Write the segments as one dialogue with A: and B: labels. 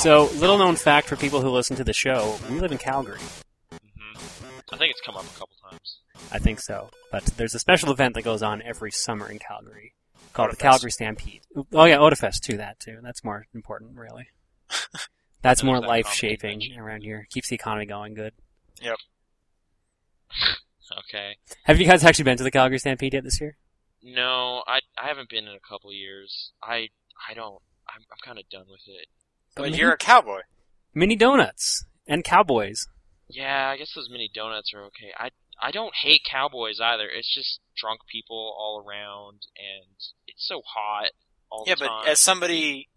A: So, little known fact for people who listen to the show, we live in Calgary.
B: Mm-hmm. I think it's come up a couple times.
A: I think so. But there's a special event that goes on every summer in Calgary called the
B: Otafest.
A: Calgary Stampede. Oh yeah, Otafest too, that too. That's more important, really. That's more
B: There's that
A: life
B: economy
A: shaping
B: convention.
A: around here. Keeps the economy going good.
B: Okay.
A: Have you guys actually been to the Calgary Stampede yet this year?
B: No, I I haven't been in a couple years. I I don't. I'm I'm kind of done with it.
C: But
A: mini,
C: you're a cowboy.
A: mini donuts and cowboys.
B: Yeah, I guess those mini donuts are okay. I I don't hate cowboys either. It's just drunk people all around, and it's so hot all
C: Yeah,
B: the
C: but
B: time.
C: as somebody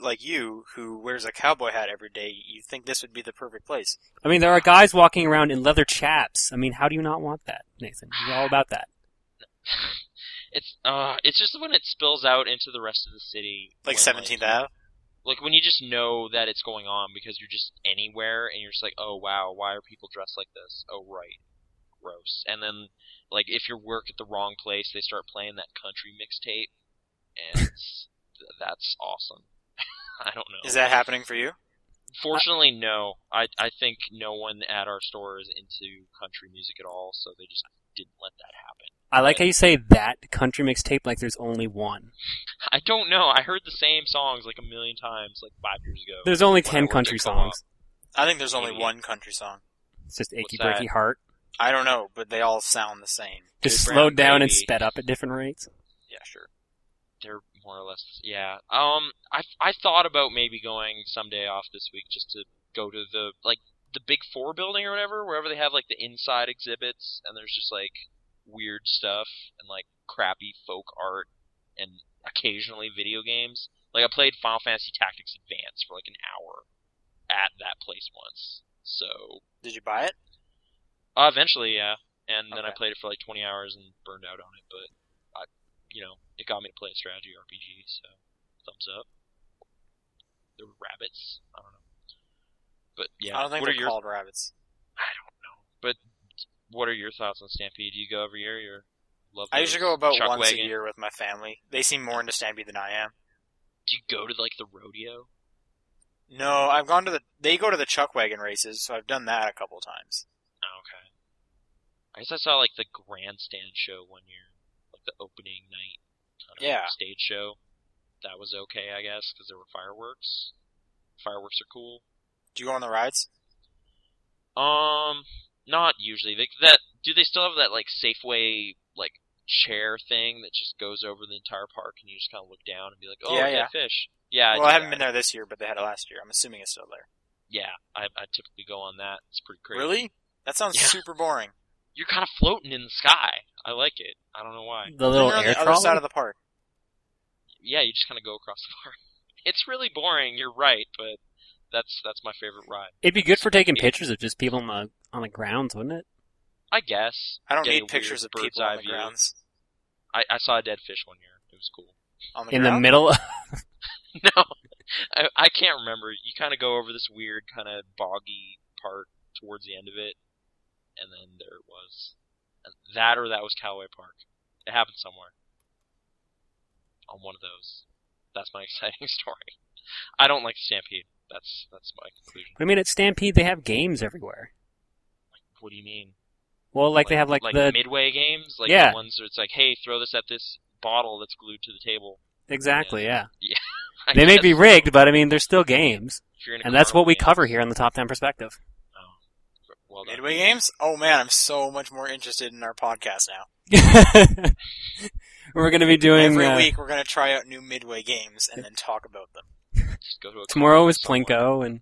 C: like you who wears a cowboy hat every day, you think this would be the perfect place.
A: I mean, there are guys walking around in leather chaps. I mean, how do you not want that, Nathan? You're all about that.
B: it's uh, it's just when it spills out into the rest of the city,
C: Like
B: when,
C: 17th Ave.
B: like when you just know that it's going on because you're just anywhere and you're just like, oh wow, why are people dressed like this? Oh right, gross. And then like if you work at the wrong place, they start playing that country mixtape, and th- that's awesome. I don't know.
C: Is that happening for you?
B: Fortunately, no. I I think no one at our store is into country music at all, so they just didn't let that happen.
A: I like how you say that country mixtape like there's only one.
B: I don't know. I heard the same songs like a million times like five years ago.
A: There's only
B: when I
A: ten
B: worked at
A: country
B: Co-op.
A: songs.
C: I think there's only
B: Idiot.
C: one country song.
A: It's just achy
B: What's
A: breaky heart.
C: I don't know, but they all sound the same.
A: Just
B: Good
A: slowed
B: brown
A: down and
B: baby.
A: sped up at different rates.
C: Yeah, sure.
B: they're more or less yeah um i i thought about maybe going someday off this week just to go to the like the big four building or whatever wherever they have like the inside exhibits and there's just like weird stuff and like crappy folk art and occasionally video games like i played final fantasy tactics advance for like an hour at that place once so
C: Did you buy it?
B: uh, eventually, yeah. And then I
C: Okay.
B: played it for like 20 hours and burned out on it, but I, you know, it got me to play a strategy RPG, so thumbs up. There were rabbits. I don't know. But yeah,
C: I don't think
B: what are
C: they're
B: your
C: called rabbits.
B: what are your thoughts on Stampede? Do you go every year? You're love.
C: I
B: those
C: usually go about
B: chuck
C: once
B: wagon?
C: a year with my family. They seem more into Stampede than I am.
B: Do you go to like the rodeo?
C: No, I've gone to the. They go to the chuck wagon races, so I've done that a couple times.
B: Oh, okay. I guess I saw like the grandstand show one year, like the opening night. I don't know,
C: Yeah.
B: Stage show. That was okay, I guess, because there were fireworks. Fireworks are cool.
C: Do you go on the rides?
B: Um, not usually. They, that do they still have that like Safeway like chair thing that just goes over the entire park and you just kind of look down and be like, oh,
C: Yeah,
B: dead
C: yeah.
B: fish. Yeah.
C: well, I haven't been there this year, but they had it last year. I'm assuming it's still there.
B: Yeah, I, I typically go on that. It's pretty crazy.
C: Really? That sounds
B: Yeah.
C: super boring.
B: You're kind of floating in the sky. I like it. I don't know why.
A: The little
C: They're on
A: air
C: the other side
A: crawler?
C: of the park.
B: Yeah, you just kind of go across the park. It's really boring. You're right, but that's that's my favorite ride.
A: It'd be good for taking
B: Yeah.
A: pictures of just people on the on the grounds, wouldn't it?
B: I guess.
C: I don't
B: Get a
C: need
B: weird
C: pictures of
B: bird's
C: people on
B: eye
C: the
B: view.
C: grounds.
B: I, I saw a dead fish one year. It was cool.
C: On the
A: In the
C: ground?
A: middle,
B: no, I, I can't remember. You kind of go over this weird, kind of boggy part towards the end of it, and then there it was. And that or that was Callaway Park. It happened somewhere. On one of those. That's my exciting story. I don't like Stampede. That's that's my conclusion.
A: I mean, at Stampede they have games everywhere.
B: What do you mean?
A: Well, like, they have like, the
B: midway games, like
A: Yeah.
B: the ones where it's like, hey, throw this at this bottle that's glued to the table.
A: exactly, yeah.
B: I
A: They may
B: guess
A: be rigged, but I mean, they're still games,
B: if you're in a
A: and that's what we
B: carnival
A: cover
B: game.
A: here on the Top Down Perspective.
B: Oh. Well done.
C: Midway games? Oh man, I'm so much more interested in our podcast now.
A: We're going to be doing
C: Every
A: uh,
C: week we're gonna try out new Midway games and then talk about them.
B: Just go to a
A: tomorrow
B: carnival
A: is
B: somewhere.
A: Plinko, and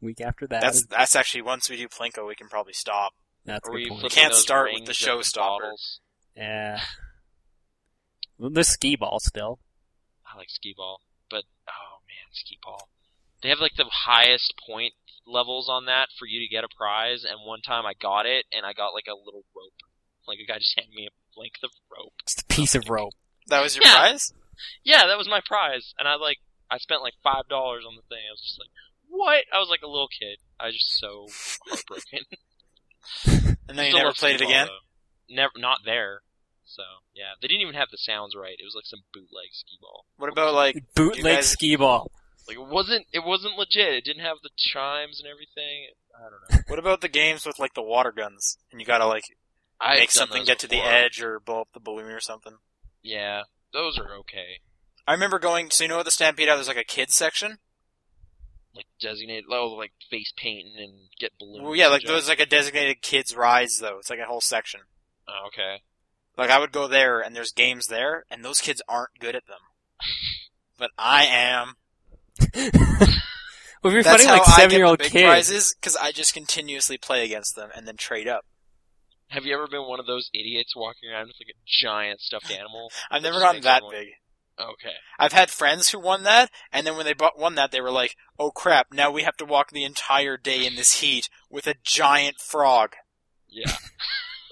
A: week after that,
C: That's
A: is-
C: that's actually once we do Plinko, we can probably stop.
A: that's a
B: Or
A: good
B: you
A: point.
B: flip
C: Can't
B: those
C: start with the
B: rings into
C: showstopper.
B: bottles.
A: Yeah. Well, there's skee ball still.
B: I like skee ball, but oh man, skee ball. They have like the highest point levels on that for you to get a prize. And one time I got it, and I got like a little rope. Like a guy just handed me a length of rope.
A: Just a piece of rope.
C: That was your
B: Yeah.
C: prize?
B: Yeah, that was my prize, and I like I spent like five dollars on the thing. I was just like, what? I was like a little kid. I was just so heartbroken.
C: And then you
B: Still
C: never
B: love
C: played it
B: skee-ball,
C: again?
B: though. Never, not there. So yeah, they didn't even have the sounds right. It was like some bootleg skee ball.
C: What about like
A: Bootleg
C: guys-
A: skee ball.
B: Like it wasn't it wasn't legit. It didn't have the chimes and everything. I don't know.
C: What about the games with like the water guns and you gotta like
B: I've
C: make
B: done
C: something
B: those
C: get to the
B: before.
C: edge or blow up the balloon or something?
B: Yeah, those are okay.
C: I remember going. So you know what the Stampede Out? There's like a kids section.
B: Like designate, oh, like face painting and get balloons.
C: Well, yeah,
B: and
C: like
B: junk.
C: there's like a designated kids rides though. It's like a whole section.
B: Oh, okay.
C: Like I would go there, and there's games there, and those kids aren't good at them. But I am.
A: Would be
C: That's
A: funny, like
C: how I
A: seven
C: get
A: year
C: the
A: old
C: big
A: kids.
C: prizes because I just continuously play against them and then trade up.
B: Have you ever been one of those idiots walking around with like a giant stuffed animal?
C: I've
B: That
C: never
B: just
C: gotten
B: makes
C: that
B: everyone-
C: big.
B: Okay.
C: I've had friends who won that, and then when they bought, won that, they were like, "Oh crap! Now we have to walk the entire day in this heat with a giant frog."
B: Yeah.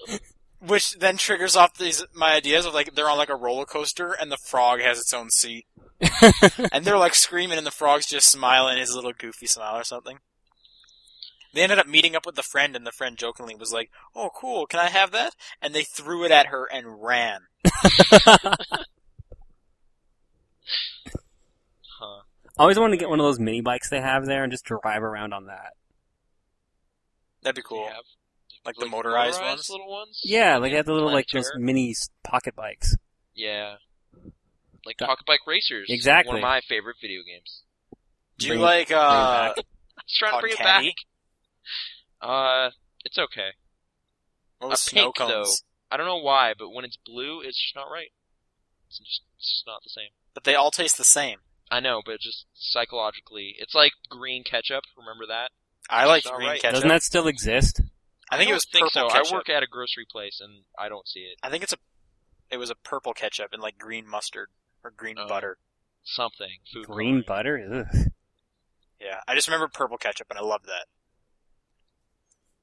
C: Which then triggers off these my ideas of like they're on like a roller coaster and the frog has its own seat, and they're like screaming and the frog's just smiling his little goofy smile or something. They ended up meeting up with the friend, and the friend jokingly was like, "Oh, cool! Can I have that?" And they threw it at her and ran.
B: Huh.
A: I always wanted to get one of those mini bikes they have there and just drive around on that.
C: That'd be
B: Do you
C: cool,
B: have,
C: like, the motorized, ones.
B: little ones.
A: Yeah, like they have the little like
B: Planetara?
A: those mini s- pocket bikes.
B: Yeah. Like
A: That-
B: Pocket Bike Racers.
A: Exactly.
B: One of my favorite video games.
C: Do you
A: Bring-
C: like uh,
B: I was trying to bring it back.
C: Uncanny?
B: Uh, it's okay.
C: What was
B: A
C: snow
B: pink, though.
C: cones?
B: I don't know why, but when it's blue, it's just not right. It's just, it's just not the same.
C: But they all taste the same.
B: I know, but just psychologically, it's like green ketchup. Remember that?
C: I like
B: It's not
C: green
B: right.
C: ketchup.
A: Doesn't that still exist?
C: I think it
B: don't
C: was
B: think so.
C: purple ketchup.
B: I work at a grocery place, and I don't see it.
C: I think it's a. It was a purple ketchup and like green mustard or green
B: Oh.
C: butter.
B: Something food
A: Green
B: coloring.
A: butter? Ugh.
C: Yeah, I just remember purple ketchup and I loved that.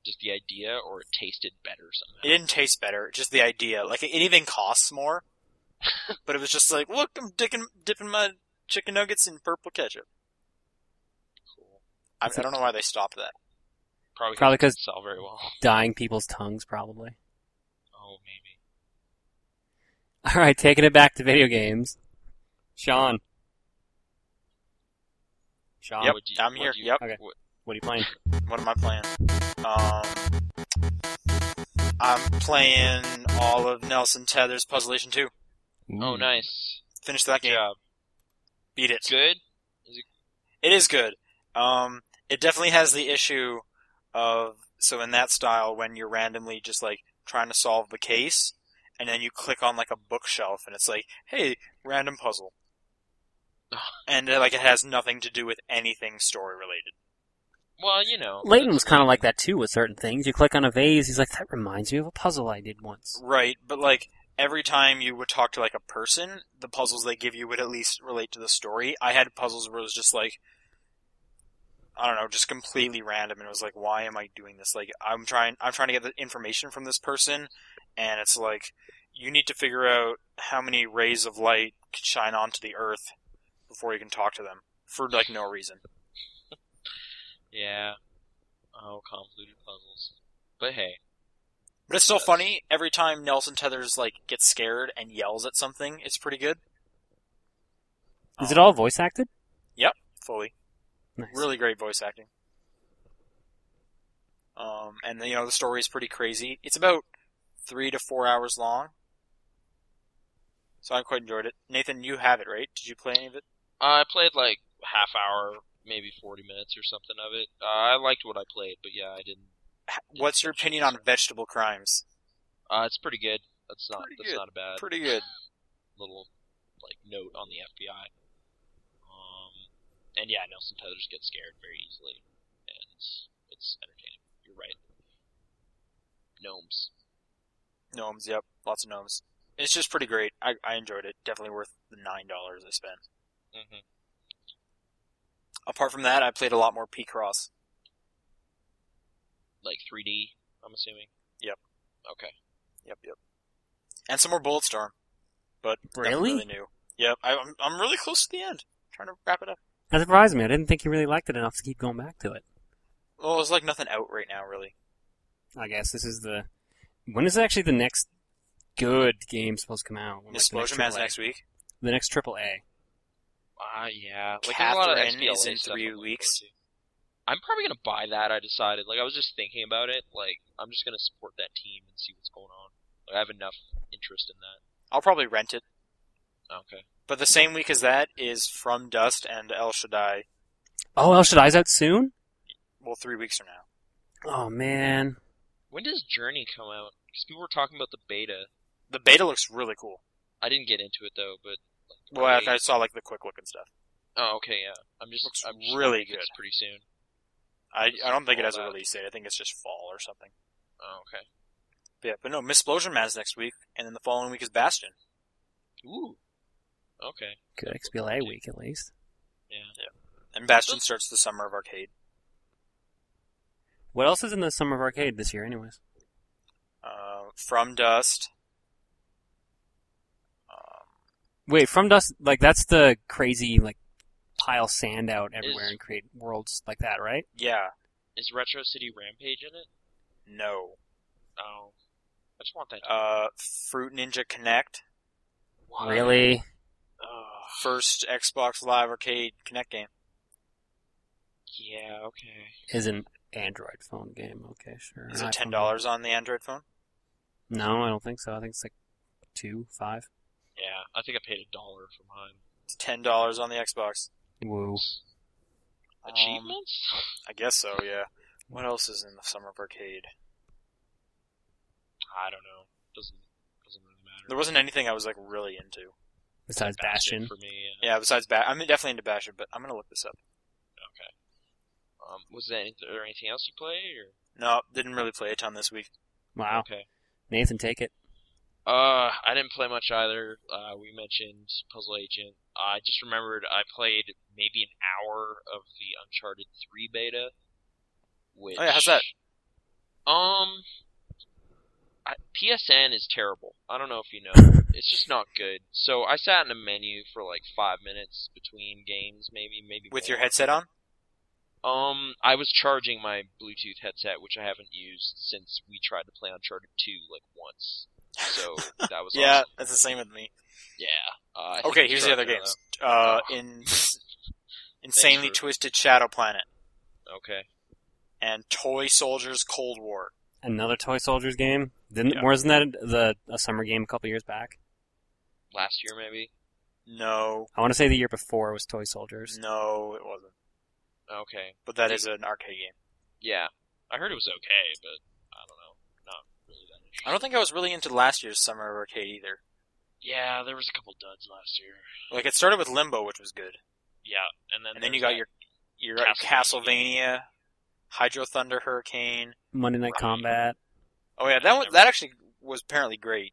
B: Just the idea, or it tasted better
C: It
B: somehow.
C: didn't taste better, just the idea. Like it even costs more, but it was just like, look, I'm dipping dipping my chicken nuggets in purple ketchup.
B: Cool.
C: I, I don't know why they stopped that.
B: Probably,
A: Probably
B: doesn't
A: 'cause-
B: sell very well.
A: Dying people's tongues, probably.
B: Oh, maybe.
A: All right, taking it back to video games. Sean. Sean,
C: Yep,
B: What do you-
C: I'm
B: what
C: here.
B: do you-
C: Yep.
A: Okay.
B: what-
A: what are you playing?
C: What am I playing? Um, I'm playing all of Nelson Tether's Puzzleation 2.
B: oh, nice.
C: Finish that
B: Good
C: game.
B: job.
C: Beat it.
B: Good.
C: It is good. Um, it definitely has the issue of so in that style when you're randomly just like trying to solve the case, and then you click on like a bookshelf and it's like, hey, random puzzle, and uh, like it has nothing to do with anything story related.
B: Well, you know.
A: Layton
B: that's
A: was kind of
B: Layton.
A: like that too with certain things. You click on a vase, he's like, that reminds me of a puzzle I did once.
C: Right, but like every time you would talk to like a person, the puzzles they give you would at least relate to the story. I had puzzles where it was just like I don't know, just completely random and it was like why am I doing this? Like I'm trying I'm trying to get the information from this person and it's like you need to figure out how many rays of light can shine onto the earth before you can talk to them for like no reason.
B: Yeah. Oh, convoluted puzzles. But hey,
C: But it's still
B: Yes.
C: funny every time Nelson Tethers like gets scared and yells at something. It's pretty good.
A: Is
C: Um,
A: it all voice acted?
C: fully?
A: Nice.
C: Really great voice acting. Um, and you know the story is pretty crazy. It's about three to four hours long, so I quite enjoyed it. Nathan, you have it, right? Did you play any of it?
B: I played like half hour, maybe 40 minutes or something of it. Uh, I liked what I played, but yeah, I didn't.
C: H- What's your opinion on vegetable crimes?
B: Uh, it's pretty good. That's not
C: Pretty
B: that's
C: good.
B: not a bad
C: Pretty good.
B: little like note on the FBI. Um, and yeah, I know some tethers get scared very easily, and it's entertaining. You're right. Gnomes.
C: Gnomes, yep, lots of gnomes. It's just pretty great. I, I enjoyed it. Definitely worth the nine dollars I spent.
B: Mm-hmm.
C: Apart from that, I played a lot more P Cross.
B: Like 3D. I'm assuming.
C: Yep.
B: Okay.
C: Yep, yep. And some more Bulletstorm, but nothing
A: Really?
C: really new. Yep, I, I'm I'm really close to the end. trying to wrap it up.
A: That surprised me. I didn't think you really liked it enough to keep going back to it.
C: Well, there's like nothing out right now, really.
A: I guess this is the. When is actually the next
B: Oh
A: good game supposed to come out? When, like,
C: Explosion
A: the
C: Man's
A: next AAA?
C: next week.
A: The next AAA.
B: Uh, yeah. Like there's a lot of
C: Catherine
B: XBLA
C: is in
B: stuff
C: three
B: I'm looking
C: weeks.
B: forward to. I'm probably gonna buy that. I decided. Like I was just thinking about it. Like I'm just gonna support that team and see what's going on. Like, I have enough interest in that.
C: I'll probably rent it.
B: Okay.
C: But the same week as that is From Dust and El Shaddai.
A: Oh, El Shaddai's out soon.
C: Well, three weeks from now.
A: Oh man,
B: When does Journey come out? Because people were talking about the beta.
C: The beta looks really cool.
B: I didn't get into it though, but. Like,
C: Well,
B: I-
C: I, I saw like the quick look and stuff.
B: Oh, okay, yeah. I'm just.
C: Looks
B: I'm just
C: really
B: hoping It's pretty soon.
C: I, I don't think it
B: All
C: has a
B: that.
C: release date. I think it's just fall or something.
B: Oh, okay.
C: But yeah, but no, Misplosion Man's next week, and then the following week is Bastion.
B: Ooh. Okay.
A: good XBLA week at least.
B: Yeah.
C: And Bastion starts the summer of arcade.
A: What else is in the summer of arcade this year, anyways?
C: Uh, From Dust. Um,
A: Wait, From Dust, like that's the crazy like pile sand out everywhere
B: Is-
A: and create worlds like that, right?
C: yeah,
B: Is Retro City Rampage in it?
C: no.
B: Oh. I just want that. To
C: Uh, Fruit Ninja Connect.
B: Why?
A: Really?
B: Ugh,
C: First Xbox Live Arcade Connect game.
B: yeah. Okay.
A: Is an Android phone game? Okay, sure.
C: Is
A: An
C: it
A: iPhone
C: ten dollars on the Android phone?
A: game. No, I don't think so. I think it's like two, five.
B: Yeah. I think I paid a dollar for mine.
C: It's ten dollars on the Xbox.
A: Woo.
C: Um,
B: Achievements?
C: I guess so. Yeah. What else is in the summer of arcade?
B: I don't know. Doesn't doesn't really matter.
C: There wasn't anything I was like really into.
A: Besides Bastion.
B: for me. Yeah.
C: Yeah, besides Ba I'm definitely into Bastion, but I'm gonna look this up.
B: Um, was that is there anything else you play or?
C: No, didn't really play a ton this week.
A: Wow.
B: Okay.
A: Nathan, take it.
B: Uh, I didn't play much either. Uh, we mentioned Puzzle Agent. I just remembered I played maybe an hour of the Uncharted Three beta. Which,
C: Oh, yeah, how's that?
B: Um, I, PSN is terrible. I don't know if you know. it's just not good. So I sat in a menu for like five minutes between games, maybe maybe
C: With
B: more.
C: your headset on?
B: Um, I was charging my Bluetooth headset, which I haven't used since we tried to play Uncharted Two like once. So that was
C: Yeah,
B: awesome.
C: that's the same with me.
B: yeah. Uh, I think
C: Okay,
B: we
C: here's
B: tried
C: the other
B: that,
C: games. Uh,
B: Oh.
C: in insanely
B: for-
C: twisted Shadow Planet
B: though. Okay.
C: and Toy Soldiers Cold War.
A: Another Toy Soldiers game. Didn't
C: Yeah.
A: wasn't that the a summer game a couple years back?
B: Last year maybe.
C: No,
A: I want to say the year before was Toy Soldiers.
C: no, it wasn't.
B: Okay.
C: But that is an arcade game.
B: Yeah. I heard it was okay, but I don't know. Not really that interesting.
C: I don't think I was really into last year's summer of arcade either.
B: Yeah, there was a couple duds last year.
C: Like it started with Limbo, which was good,
B: Yeah, and then
C: and then
B: there's
C: you got
B: that-
C: your your uh,
B: Castlevania.
C: Castlevania, Hydro Thunder Hurricane.
A: Monday Night
B: Right.
A: Combat.
C: Oh yeah, that one, that actually was apparently great.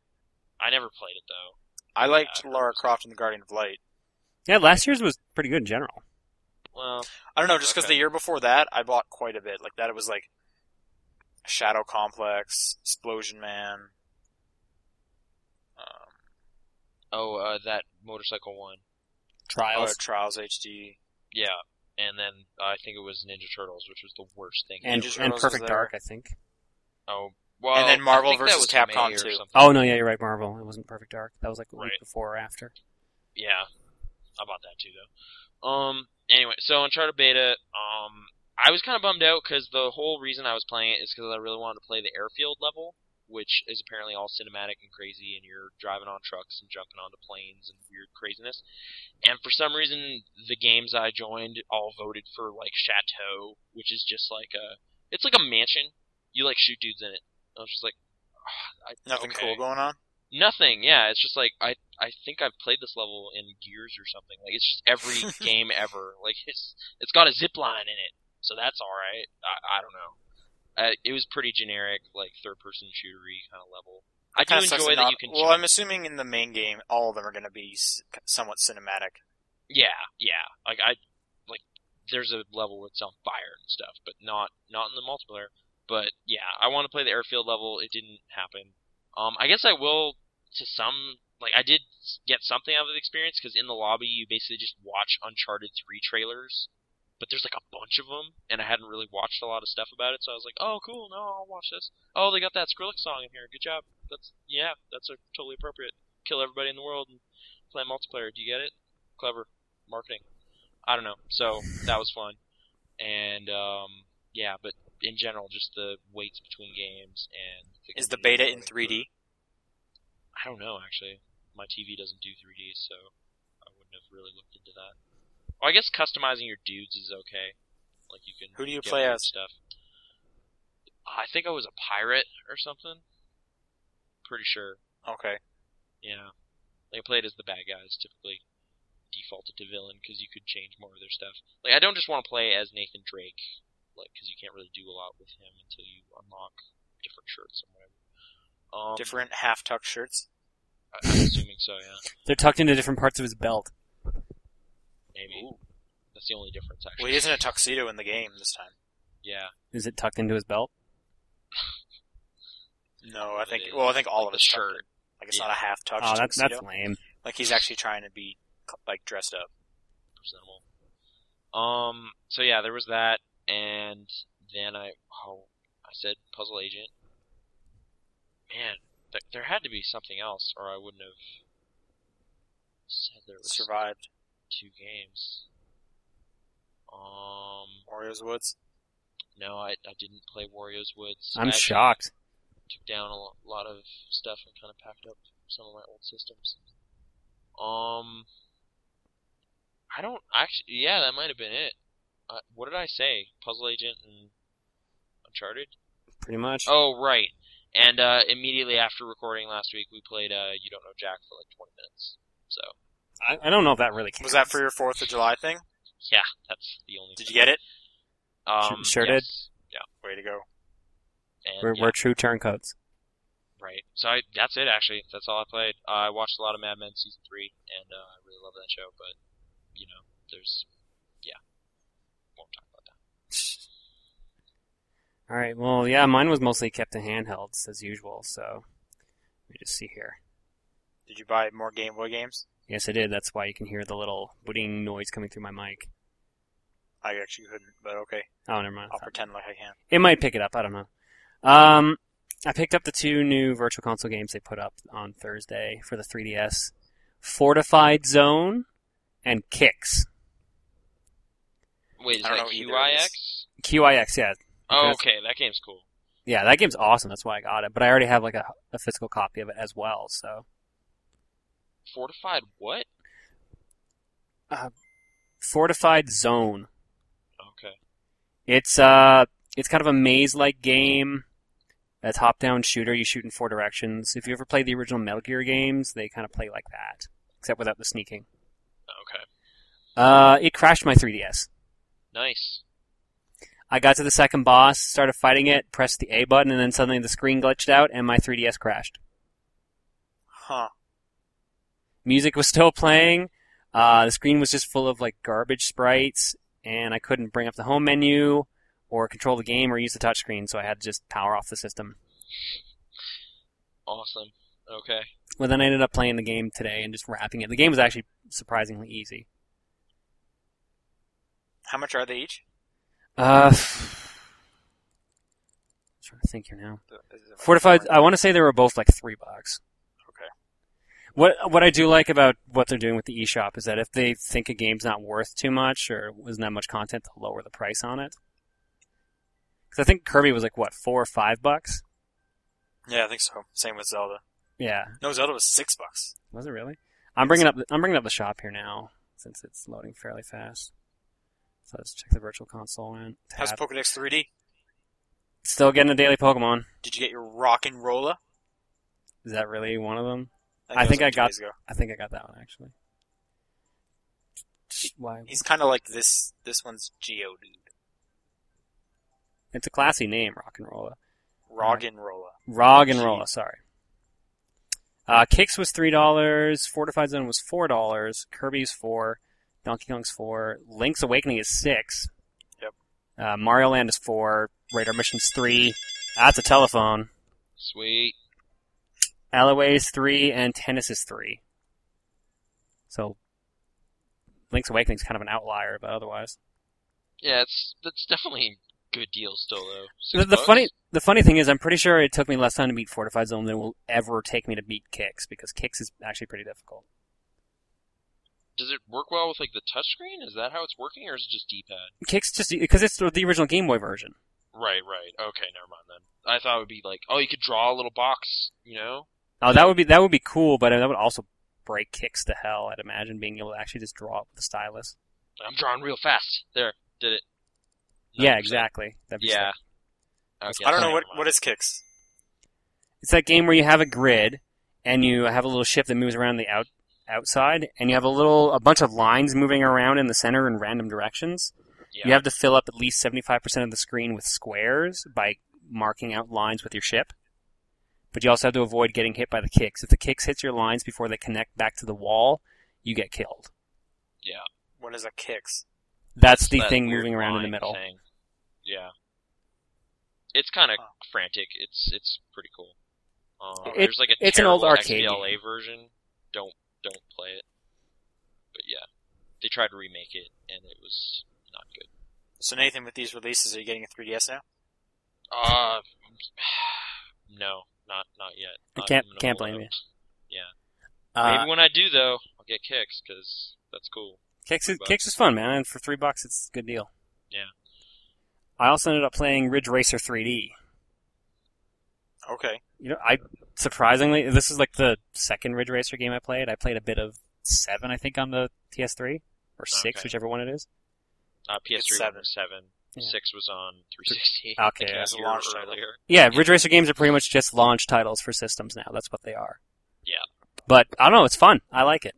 B: I never played it though.
C: I liked Lara Croft in The Guardian of Light.
A: Yeah, last year's was pretty good in general.
C: Oh,
B: Well,
C: I don't know, just because
B: Okay.
C: the year before that, I bought quite a bit. Like that, it was like Shadow Complex, Explosion Man. Um,
B: oh, uh, that motorcycle one.
C: oh,
A: Trials.
C: Trials HD.
B: Yeah, and then I think it was Ninja Turtles, which was the worst thing.
A: and,
C: Ninja Turtles
A: and
C: was
A: Perfect
C: there.
A: Dark, I think.
B: oh, well,
C: then Marvel
B: I think that was
C: versus Capcom
B: May or
C: 2.
B: something.
A: Oh no, yeah, you're right. Marvel. It wasn't Perfect Dark. That was like a week
B: Right.
A: before or after.
B: Yeah, I bought that too though. Um. Anyway, so Uncharted beta. Um, I was kind of bummed out because the whole reason I was playing it is because I really wanted to play the airfield level, which is apparently all cinematic and crazy, and you're driving on trucks and jumping onto planes and weird craziness. And for some reason, the games I joined all voted for like Chateau, which is just like a, it's like a mansion. You like shoot dudes in it. I was just like, ah, I,
C: Nothing
B: okay.
C: cool going on.
B: Nothing. Yeah, it's just like I I think I've played this level in Gears or something. Like it's just every game ever. Like it's it's got a zip line in it, so that's all right. I, I don't know. Uh, it was pretty generic, like third person shootery kind of level. I do
C: Kinda sucks
B: enjoy
C: that
B: that
C: not-
B: you can.
C: Well, I'm assuming in the main game, all of them are going to be s- somewhat cinematic.
B: Yeah, yeah. Like I like there's a level where it's on fire and stuff, but not not in the multiplayer. But yeah, I want to play the airfield level. It didn't happen. Um, I guess I will to some like I did s- get something out of the experience because in the lobby you basically just watch Uncharted three trailers, but there's like a bunch of them, and I hadn't really watched a lot of stuff about it, so I was like, oh cool, no, I'll watch this. Oh, they got that Skrillex song in here. Good job. That's yeah, that's uh totally appropriate. Kill everybody in the world and play multiplayer. Do you get it? Clever. marketing. I don't know. So that was fun, and um, yeah, but in general, just the waits between games and
C: Is the beta in
B: computer-
C: 3D?
B: I don't know actually. My TV doesn't do 3D, so I wouldn't have really looked into that. Well, I guess customizing your dudes is okay. Like you can.
C: Who do you
B: get
C: play
B: weird
C: as?
B: Stuff. I think I was a pirate or something. Pretty sure.
C: Okay.
B: Yeah. Like I played as the bad guys typically. Defaulted to villain because you could change more of their stuff. Like I don't just want to play as Nathan Drake, like because you can't really do a lot with him until you unlock different shirts and whatever. Um,
C: Different half tuck shirts.
B: I- I'm assuming so. Yeah.
A: They're tucked into different parts of his belt.
B: Maybe. That's the only difference, actually.
C: Well, he isn't a tuxedo in the game this time.
B: Yeah.
A: Is it tucked into his belt?
C: No, I
B: It
C: think.
B: is.
C: Well, I think all
B: Like
C: of
B: the
C: it's tucked
B: shirt.
C: in. Like it's
B: Yeah.
C: not a half tuck
A: Oh, that's
C: tuxedo.
A: that's lame.
C: Like he's actually trying to be like dressed up.
B: Presentable. Um, so yeah, there was that, and then I, oh, I said Puzzle Agent. Man, th- there had to be something else, or I wouldn't have said there was
C: Survived
B: two games. Um,
C: Wario's Woods.
B: no, I, I didn't play Wario's Woods.
A: I'm
B: I actually
A: shocked.
B: took down a lo- lot of stuff and kind of packed up some of my old systems. Um, I don't actually. Yeah, that might have been it. Uh, what did I say? Puzzle Agent and Uncharted.
A: Pretty much.
B: Oh, right. And uh, immediately after recording last week, we played uh, You Don't Know Jack for like 20 minutes. So
A: I, I don't know if that really counts.
C: Was that for your Fourth of July thing?
B: yeah, that's the only.
C: Did you get it?
B: Um,
A: Sure did.
B: yes.
C: Way to go.
B: And,
A: We're,
B: yeah.
A: we're true turncoats.
B: Right. So I, that's it. Actually, that's all I played. Uh, I watched a lot of Mad Men season three, and uh, I really love that show. But you know, there's yeah, won't talk about that.
A: All right. Well, yeah, mine was mostly kept to handhelds as usual. So let me just see here.
C: Did you buy more Game Boy games?
A: Yes, I did. That's why you can hear the little booting noise coming through my mic.
C: I actually couldn't, but okay.
A: Oh, never mind.
C: I'll pretend like I can.
A: It might pick it up. I don't know. Um, I picked up the two new Virtual Console games they put up on Thursday for the 3DS: Fortified Zone and Kicks.
B: Wait, is
C: I don't
B: that
C: know either of
B: QIX?
A: QIX. Yeah,
B: Oh,
A: That's-
B: okay, that game's cool.
A: yeah, that game's awesome. That's why I got it. But I already have like a, a physical copy of it as well. So
B: Fortified what?
A: Fortified Zone.
B: Okay.
A: It's uh, it's kind of a maze-like game, a top-down shooter. You shoot in four directions. If you ever played the original Metal Gear games, they kind of play like that, except without the sneaking.
B: Okay.
A: Uh, it crashed my 3DS.
B: Nice.
A: I got to the second boss, started fighting it, pressed the A button, and then suddenly the screen glitched out and my 3DS crashed.
C: Huh.
A: Music was still playing. Uh, the screen was just full of like garbage sprites, and I couldn't bring up the home menu or control the game or use the touchscreen, so I had to just power off the system.
B: Awesome. Okay.
A: Well, then I ended up playing the game today and just wrapping it. The game was actually surprisingly easy.
C: How much are they each?
A: Uh, I'm trying to think here now. Fortified. I want to uh, say they were both like three bucks.
C: Okay.
A: What what I do like about what they're doing with the eShop is that if they think a game's not worth too much or isn't that much content, they'll lower the price on it. Because I think Kirby was like what four or five bucks.
C: Yeah, I think so. Same with Zelda.
A: Yeah,
C: No, Zelda was six bucks.
A: was it really? I'm bringing up the, I'm bringing up the shop here now since it's loading fairly fast. So let's check the Virtual Console and
C: How's
A: tab.
C: Pokedex 3D?
A: still getting a daily Pokemon.
C: Did you get your rock and roller?
A: Is that really one of them? I
C: that was
A: think
C: like
A: I
C: two
A: got-
C: days ago.
A: I think I got that one actually. Why?
C: He's kind of like this. This one's Geodude.
A: It's a classy name, rock and roller.
C: Rock and roller.
A: Rog and Rolla, sorry. Uh, Kicks was three dollars. Fortified Zone was four dollars. Kirby's four. Donkey Kong's four. Link's Awakening is six.
C: Yep.
A: Uh, Mario Land is four. Radar Mission's three. That's a telephone.
B: Sweet.
A: Alloway is three, and Tennis is three. So, Link's Awakening's kind of an outlier, but otherwise.
B: Yeah, it's that's definitely a good deal still though.
A: The,
B: Six
A: the
B: bucks?
A: funny the funny thing is, I'm pretty sure it took me less time to beat Fortified Zone than it will ever take me to beat Kicks because Kicks is actually pretty difficult.
B: does it work well with like the touchscreen? Is that how it's working, or is it just D-pad?
A: Kicks just because it's the original Game Boy version.
B: Right, right. Okay, never mind then. I thought it would be like, oh, you could draw a little box, you know?
A: Oh, that would be that would be cool, but that would also break kicks to hell. I'd imagine being able to actually just draw it with the stylus.
B: I'm drawing real fast. There, did it.
A: Yeah,
B: 100%.
A: exactly. That'd be
B: Yeah.
A: sick.
B: Okay,
C: I don't know
B: never
C: what
B: mind.
C: what is kicks.
A: It's that game where you have a grid and you have a little ship that moves around the out outside, and you have a little a bunch of lines moving around in the center in random directions.
B: Yeah.
A: You have to fill up at least seventy five percent of the screen with squares by marking out lines with your ship. But you also have to avoid getting hit by the kicks. If the kicks hits your lines before they connect back to the wall, you get killed.
C: What is a kicks?
A: That's the
B: that
A: thing
B: weird
A: moving around in the
B: line
A: middle.
B: thing. Yeah. It's kind of
C: Huh.
B: frantic. It's it's pretty cool. Um,
A: It-
B: there's like a
A: it's an old
B: terrible
A: arcade
B: XBLA version. Don't don't play it. But yeah, they tried to remake it and it was not good.
C: So Nathan, with these releases, are you getting a 3DS now?
B: Uh, no, not not yet.
A: I
B: Not-
A: can't-
B: I'm gonna
A: can't
B: hold
A: blame
B: out.
A: Uh,
B: Maybe when I do though, I'll get kicks because that's cool.
A: Kicks is,
B: bucks.
A: Kicks is fun, man, and for three bucks, it's a good deal.
B: Yeah.
A: I also ended up playing Ridge Racer 3D.
C: Okay.
A: You know, I surprisingly, this is like the second Ridge Racer game I played. I played a bit of seven, I think, on the PS3 or six,
B: Okay.
A: whichever one it is.
B: Uh, PS3
C: seven.
B: was seven.
A: Yeah.
B: Six was on 360.
A: Okay,
B: Like a
C: that's a
B: year
C: launch title.
B: earlier.
A: Yeah, Ridge Racer games are pretty much just launch titles for systems now. That's what they are.
B: Yeah.
A: But I don't know. It's fun. I like it.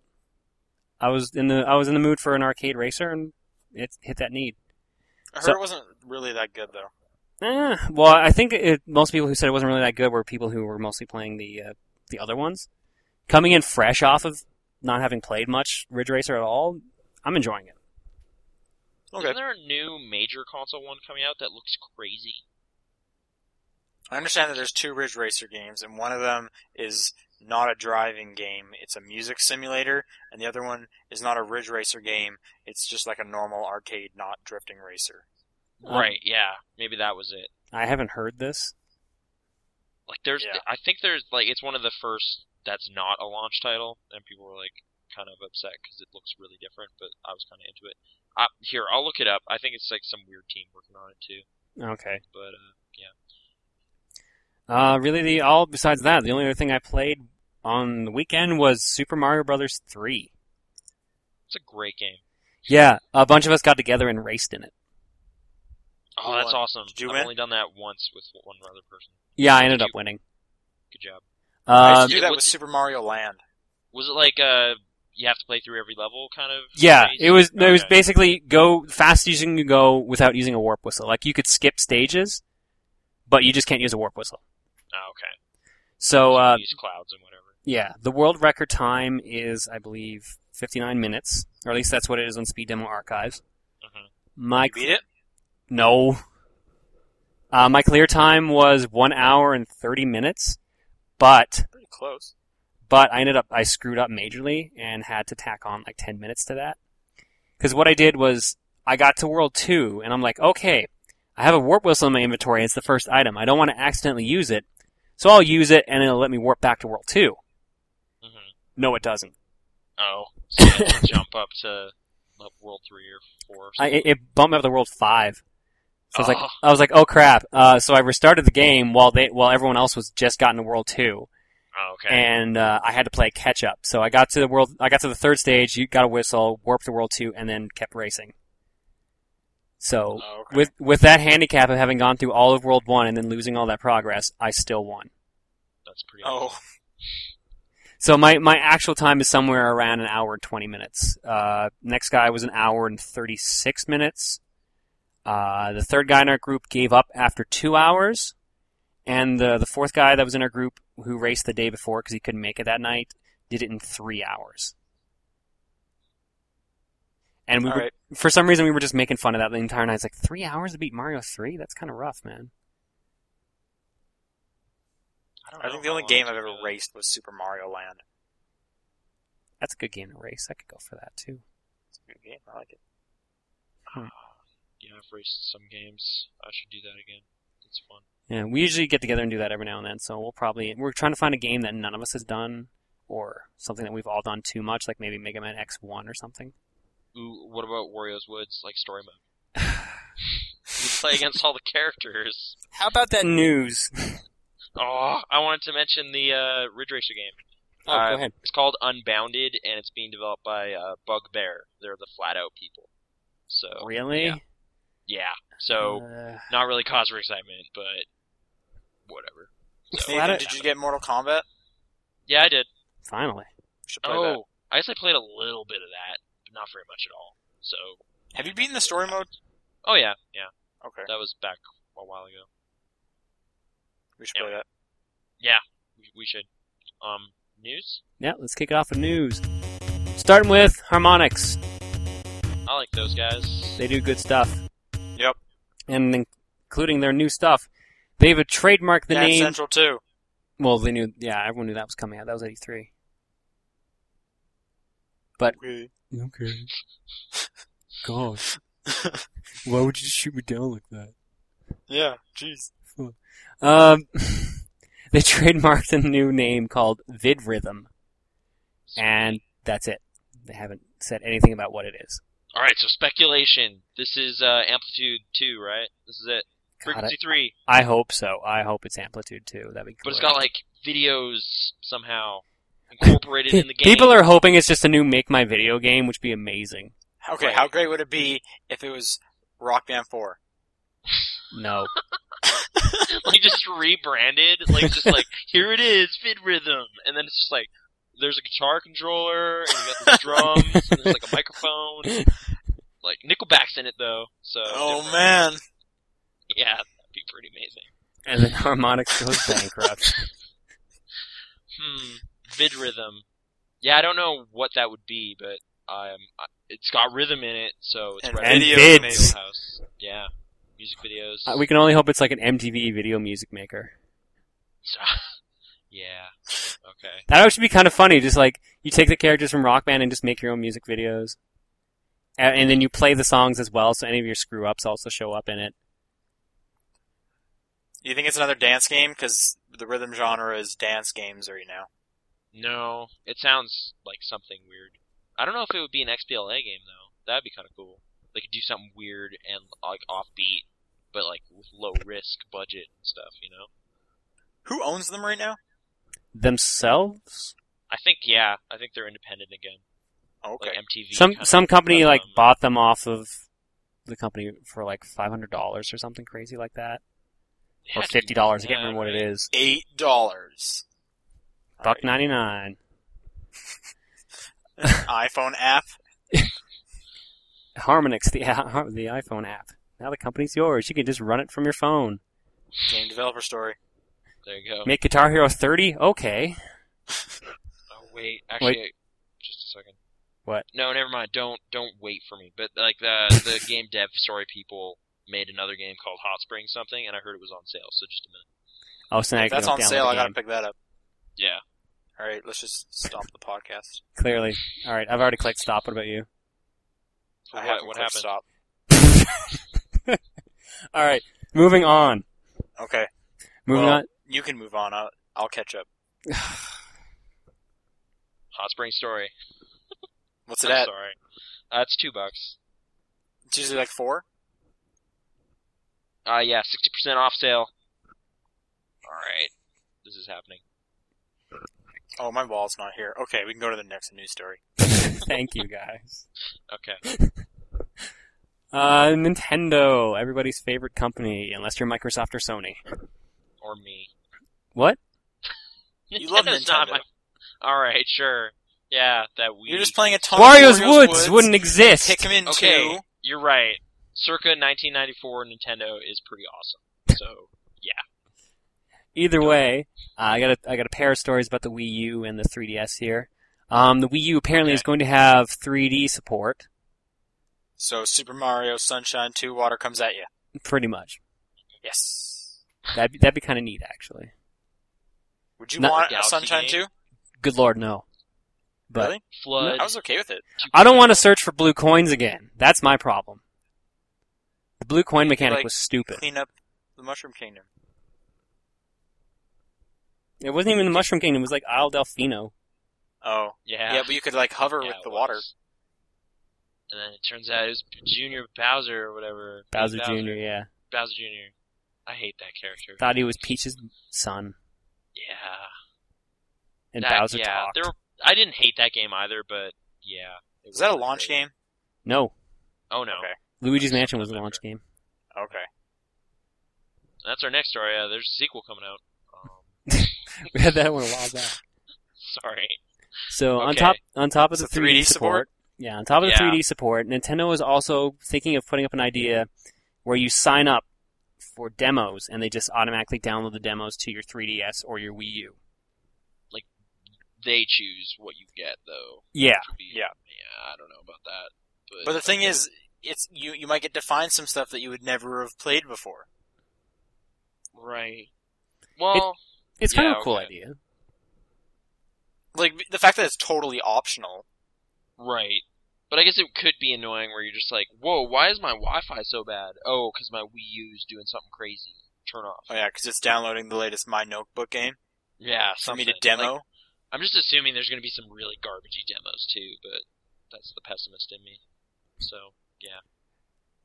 A: I was in the I was in the mood for an arcade racer, and it hit that need.
C: I heard
A: So-
C: it wasn't really that good though.
A: Eh, well, I think it, most people who said it wasn't really that good were people who were mostly playing the uh, the other ones. Coming in fresh off of not having played much Ridge Racer at all, I'm enjoying it.
C: Okay.
B: Isn't there a new major console one coming out that looks crazy?
C: I understand that there's two Ridge Racer games, and one of them is not a driving game; it's a music simulator, and the other one is not a Ridge Racer game; it's just like a normal arcade, not drifting racer.
A: Um,
B: right, yeah. Maybe that was it.
A: I haven't heard this.
B: Like there's
C: Yeah.
B: I think there's like it's one of the first that's not a launch title and people were like kind of upset cuz it looks really different, but I was kind of into it. I, here, I'll look it up. I think it's like some weird team working on it too,
A: Okay.
B: but uh, yeah.
A: Uh, really, the all besides that, the only other thing I played on the weekend was Super Mario Brothers three.
B: It's a great game.
A: Yeah, a bunch of us got together and raced in it.
B: Oh,
C: Who
B: that's
C: won?
B: awesome.
C: Did you
B: I've
C: win?
B: only done that once with one other person.
A: Yeah, I ended up
B: Cute.
A: winning.
B: Good job.
C: I
A: Uh,
C: used to do that with
B: what's-
C: Super Mario Land.
B: Was it like uh you have to play through every level kind of?
A: Yeah,
B: phase?
A: it was. no, It was
B: Okay.
A: basically go fast as you can go without using a warp whistle. Like you could skip stages, but you just can't use a warp whistle.
B: Oh, okay.
A: So
B: So
A: uh,
B: you use clouds and whatever.
A: yeah, the world record time is, I believe, 59 minutes, or at least that's what it is on Speed Demo Archives.
B: Mhm.
A: My
C: You beat it?
A: no, uh, my clear time was one hour and 30 minutes, but
C: Pretty close.
A: but I ended up I screwed up majorly and had to tack on like 10 minutes to that. Cuz what I did was I got to world 2 and I'm like, "Okay, I have a warp whistle in my inventory. It's the first item. I don't want to accidentally use it. So I'll use it and it'll let me warp back to world 2."
B: hmm
A: No, it doesn't.
B: Oh, so you have to jump up to like, world three or four. Or
A: I,
B: something.
A: it, it bumped me up to world 5. So I was like
B: Ah.
A: I was like, "Oh crap." Uh, so I restarted the game while they while everyone else was just gotten to world 2.
B: oh, okay.
A: and uh, I had to play catch up. So I got to the world, I got to the third stage. You got a whistle, warped to world two, and then kept racing. So
C: Oh, okay.
A: with with that handicap of having gone through all of world one and then losing all that progress, I still won.
B: That's pretty.
C: oh,
A: So my my actual time is somewhere around an hour and twenty minutes. Uh, next guy was an hour and thirty six minutes. Uh, the third guy in our group gave up after two hours, and the the fourth guy that was in our group who raced the day before because he couldn't make it that night did it in three hours. And we
C: all
A: were,
C: right.
A: for some reason we were just making fun of that the entire night. It's like three hours to beat Mario three. That's kind of rough, man.
B: don't
C: I
B: know
C: think the
B: how
C: only
B: long
C: game
B: it
C: I've
B: took me
C: ever
B: to-
C: raced was Super Mario Land.
A: That's a good game to race. I could go for that too.
C: It's a good game. I like it.
B: Yeah, I've raced some games. I should do that again. It's fun.
A: Yeah, we usually get together and do that every now and then. So we'll probably we're trying to find a game that none of us has done or something that we've all done too much, like maybe Mega Man X One or something.
B: Ooh, what about Wario's Woods, like story mode? you play against all the characters.
D: How about that?
A: News.
B: Oh, I wanted to mention the uh, Ridge Racer game.
A: Oh,
B: Uh,
A: go ahead.
B: It's called Unbounded, and it's being developed by uh, Bugbear. They're the Flat Out people. So
A: Really?
B: yeah. yeah, so
A: Uh,
B: not really cause for excitement, but whatever.
A: Flat
C: Nathan,
A: out-
C: did you get Mortal Kombat?
B: Yeah, I did.
A: finally.
C: We should play
B: Oh,
C: that.
B: I guess I played a little bit of that, but not very much at all. So
C: Have you beaten the story mode?
B: oh yeah, yeah,
C: Okay,
B: that was back a while ago.
C: we should play that.
B: We, we should um news.
A: Yeah, let's kick it off with news. Starting with harmonics.
B: I like those guys.
A: They do good stuff.
C: Yep.
A: And in- including their new stuff. They've trademarked the
C: Dance
A: name.
C: Central too.
A: Well, they knew. Yeah, everyone knew that was coming out. That was eighty three.
C: Okay.
A: Okay. God, why would you shoot me down like that?
C: yeah. Jeez.
A: Um, they trademarked a new name called VidRhythm, and that's it. They haven't said anything about what it is.
B: All right, so speculation. This is uh, amplitude two, right? This is it.
A: God,
B: Frequency three,
A: I, I hope so. I hope it's amplitude too. That'd be cool.
B: but it's got like videos somehow incorporated in the game.
A: People are hoping it's just a new make my video game, which would be amazing.
C: Okay,
B: Right.
C: how great would it be if it was Rock Band Four?
A: No,
B: like just rebranded, like just like here it is, vid rhythm, and then it's just like there's a guitar controller and you got the drums and there's like a microphone. Like Nickelback's in it though, so different.
C: Oh, man.
B: yeah, that'd be pretty amazing.
A: and then Harmonix goes bankrupt.
B: Hmm, vid rhythm. Yeah, I don't know what that would be, but um, I- it's got rhythm in it, so it's
C: And
B: right
A: And
B: in
C: videos,
A: vids.
B: the
C: maybe.
B: house. Yeah, music videos.
A: Uh, we can only hope it's like an MTV video music maker.
B: yeah. Okay.
A: That would actually be kind of funny. Just like you take the characters from Rock Band and just make your own music videos, A- and then you play the songs as well. So any of your screw ups also show up in it.
C: You think it's another dance game? Because the rhythm genre is dance games right now.
B: No, it sounds like something weird. I don't know if it would be an XBLA game though. That'd be kind of cool. They could do something weird and like offbeat, but like with low risk budget and stuff. You know?
C: Who owns them right now?
A: Themselves,
B: I think yeah. I think they're independent again,
C: Okay.
B: like MTV.
A: some
B: kinda
A: some company
B: cut
A: like
B: them.
A: bought them off of the company for like five hundred dollars or something crazy like that,
B: It
A: or
B: had to be-
A: fifty dollars. I can't
B: yeah,
A: remember what it
B: right.
A: is.
C: Eight dollars.
A: Buck ninety nine.
C: iPhone app.
A: Harmonix, the a- the iPhone app. Now the company's yours. You can just run it from your phone.
C: Game developer story.
B: There you go.
C: Oh.
A: Make Guitar Hero thirty. Okay.
B: Oh wait, actually, just a second.
A: What?
B: No, never mind. Don't don't wait for me. But like the the game dev story people made another game called Hot Spring something, and I heard it was on sale. So just a minute.
A: Oh, so now you
C: If
A: can
C: that's
A: go
C: on
A: download
C: sale.
A: the
C: I gotta
A: game.
C: pick that up.
B: Yeah.
C: All right, let's just stop the podcast.
A: Clearly. All right. I've already clicked stop. What about you?
B: So
C: I
B: what-
C: haven't
B: what
C: clicked
B: happened?
C: Stop.
A: All right, moving on.
C: Okay,
A: Moving
C: Well- you can move on. I'll, I'll catch up.
A: on.
B: Hot Spring story.
C: What's it
B: I'm
C: at?
B: sorry. Uh, it's two bucks.
C: It's usually like four.
B: Uh, yeah, sixty percent off sale. All right, this is happening.
C: Oh, my wall's not here. Okay, we can go to the next news story.
A: Thank you, guys.
B: Okay.
A: Uh, Nintendo, everybody's favorite company, unless you're Microsoft or Sony.
B: Or me.
A: What?
C: You love
B: Nintendo's not
C: Nintendo.
B: my- All right, sure. Yeah, that we.
C: You're just playing a ton.
A: Wario's
C: of
A: Woods, wouldn't exist.
C: Pikmin
B: Okay,
C: Two.
B: you're right. Circa 1994, Nintendo is pretty awesome. So
A: Either way, uh, I got a, I got a pair of stories about the Wii U and the 3DS here. Um, the Wii U apparently
B: Okay.
A: is going to have 3D support,
C: So Super Mario Sunshine Two Water comes at you.
A: pretty much.
C: Yes.
A: That'd be, that'd be kind of neat, actually.
C: Would you
A: Not
C: want a
B: Galaxy
C: Sunshine
B: game?
C: Two?
A: Good lord, no. But
C: Really?
B: flood.
C: I was okay with it.
A: I don't want to search for blue coins again. That's my problem. The blue coin mechanic
C: like,
A: was stupid.
C: Clean up the Mushroom Kingdom.
A: It wasn't even the Mushroom Kingdom. It was like Isle Delfino.
C: Oh,
B: Yeah.
C: yeah, but you could like hover
B: Yeah,
C: with
B: it
C: the water.
B: was. And then it turns out it was Junior Bowser or whatever.
A: Bowser Jr. Yeah,
B: Bowser Jr. I hate that character.
A: thought he was Peach's son,
B: yeah.
A: and
B: That-
A: Bowser
B: yeah,
A: talked.
B: There were, I didn't hate that game either, but yeah. it
C: Is that a
B: wasn't
C: launch
B: great.
C: game?
A: No,
B: Oh no.
C: Okay.
A: Luigi's Mansion was a launch game.
C: Okay.
B: That's our next story. Yeah, there's a sequel coming out. Um,
A: We had that one a while back.
B: sorry.
A: So on
B: Okay.
A: top on top of
C: So
A: the 3D,
C: 3D
A: support,
C: support?
A: yeah, on top of the
B: Yeah.
A: 3D support, Nintendo is also thinking of putting up an idea where you sign up for demos and they just automatically download the demos to your 3DS or your Wii U.
B: They choose what you get though.
A: Yeah,
B: which would be-
C: Yeah.
B: Yeah. I don't know about that. But,
C: But the thing is, it's you. You might get to find some stuff that you would never have played before.
B: right. Well,
A: it's kind of
B: Yeah,
A: a cool
B: okay.
A: idea.
C: Like the fact that it's totally optional.
B: right. But I guess it could be annoying where you're just like, "Whoa, why is my Wi-Fi so bad? Oh, because my Wii U's doing something crazy. Turn off."
C: Oh yeah, because it's downloading the latest My Notebook game
B: Yeah,
C: for
B: something
C: me to
B: Like,
C: demo.
B: I'm just assuming there's going to be some really garbagey demos too, but that's the pessimist in me. So yeah,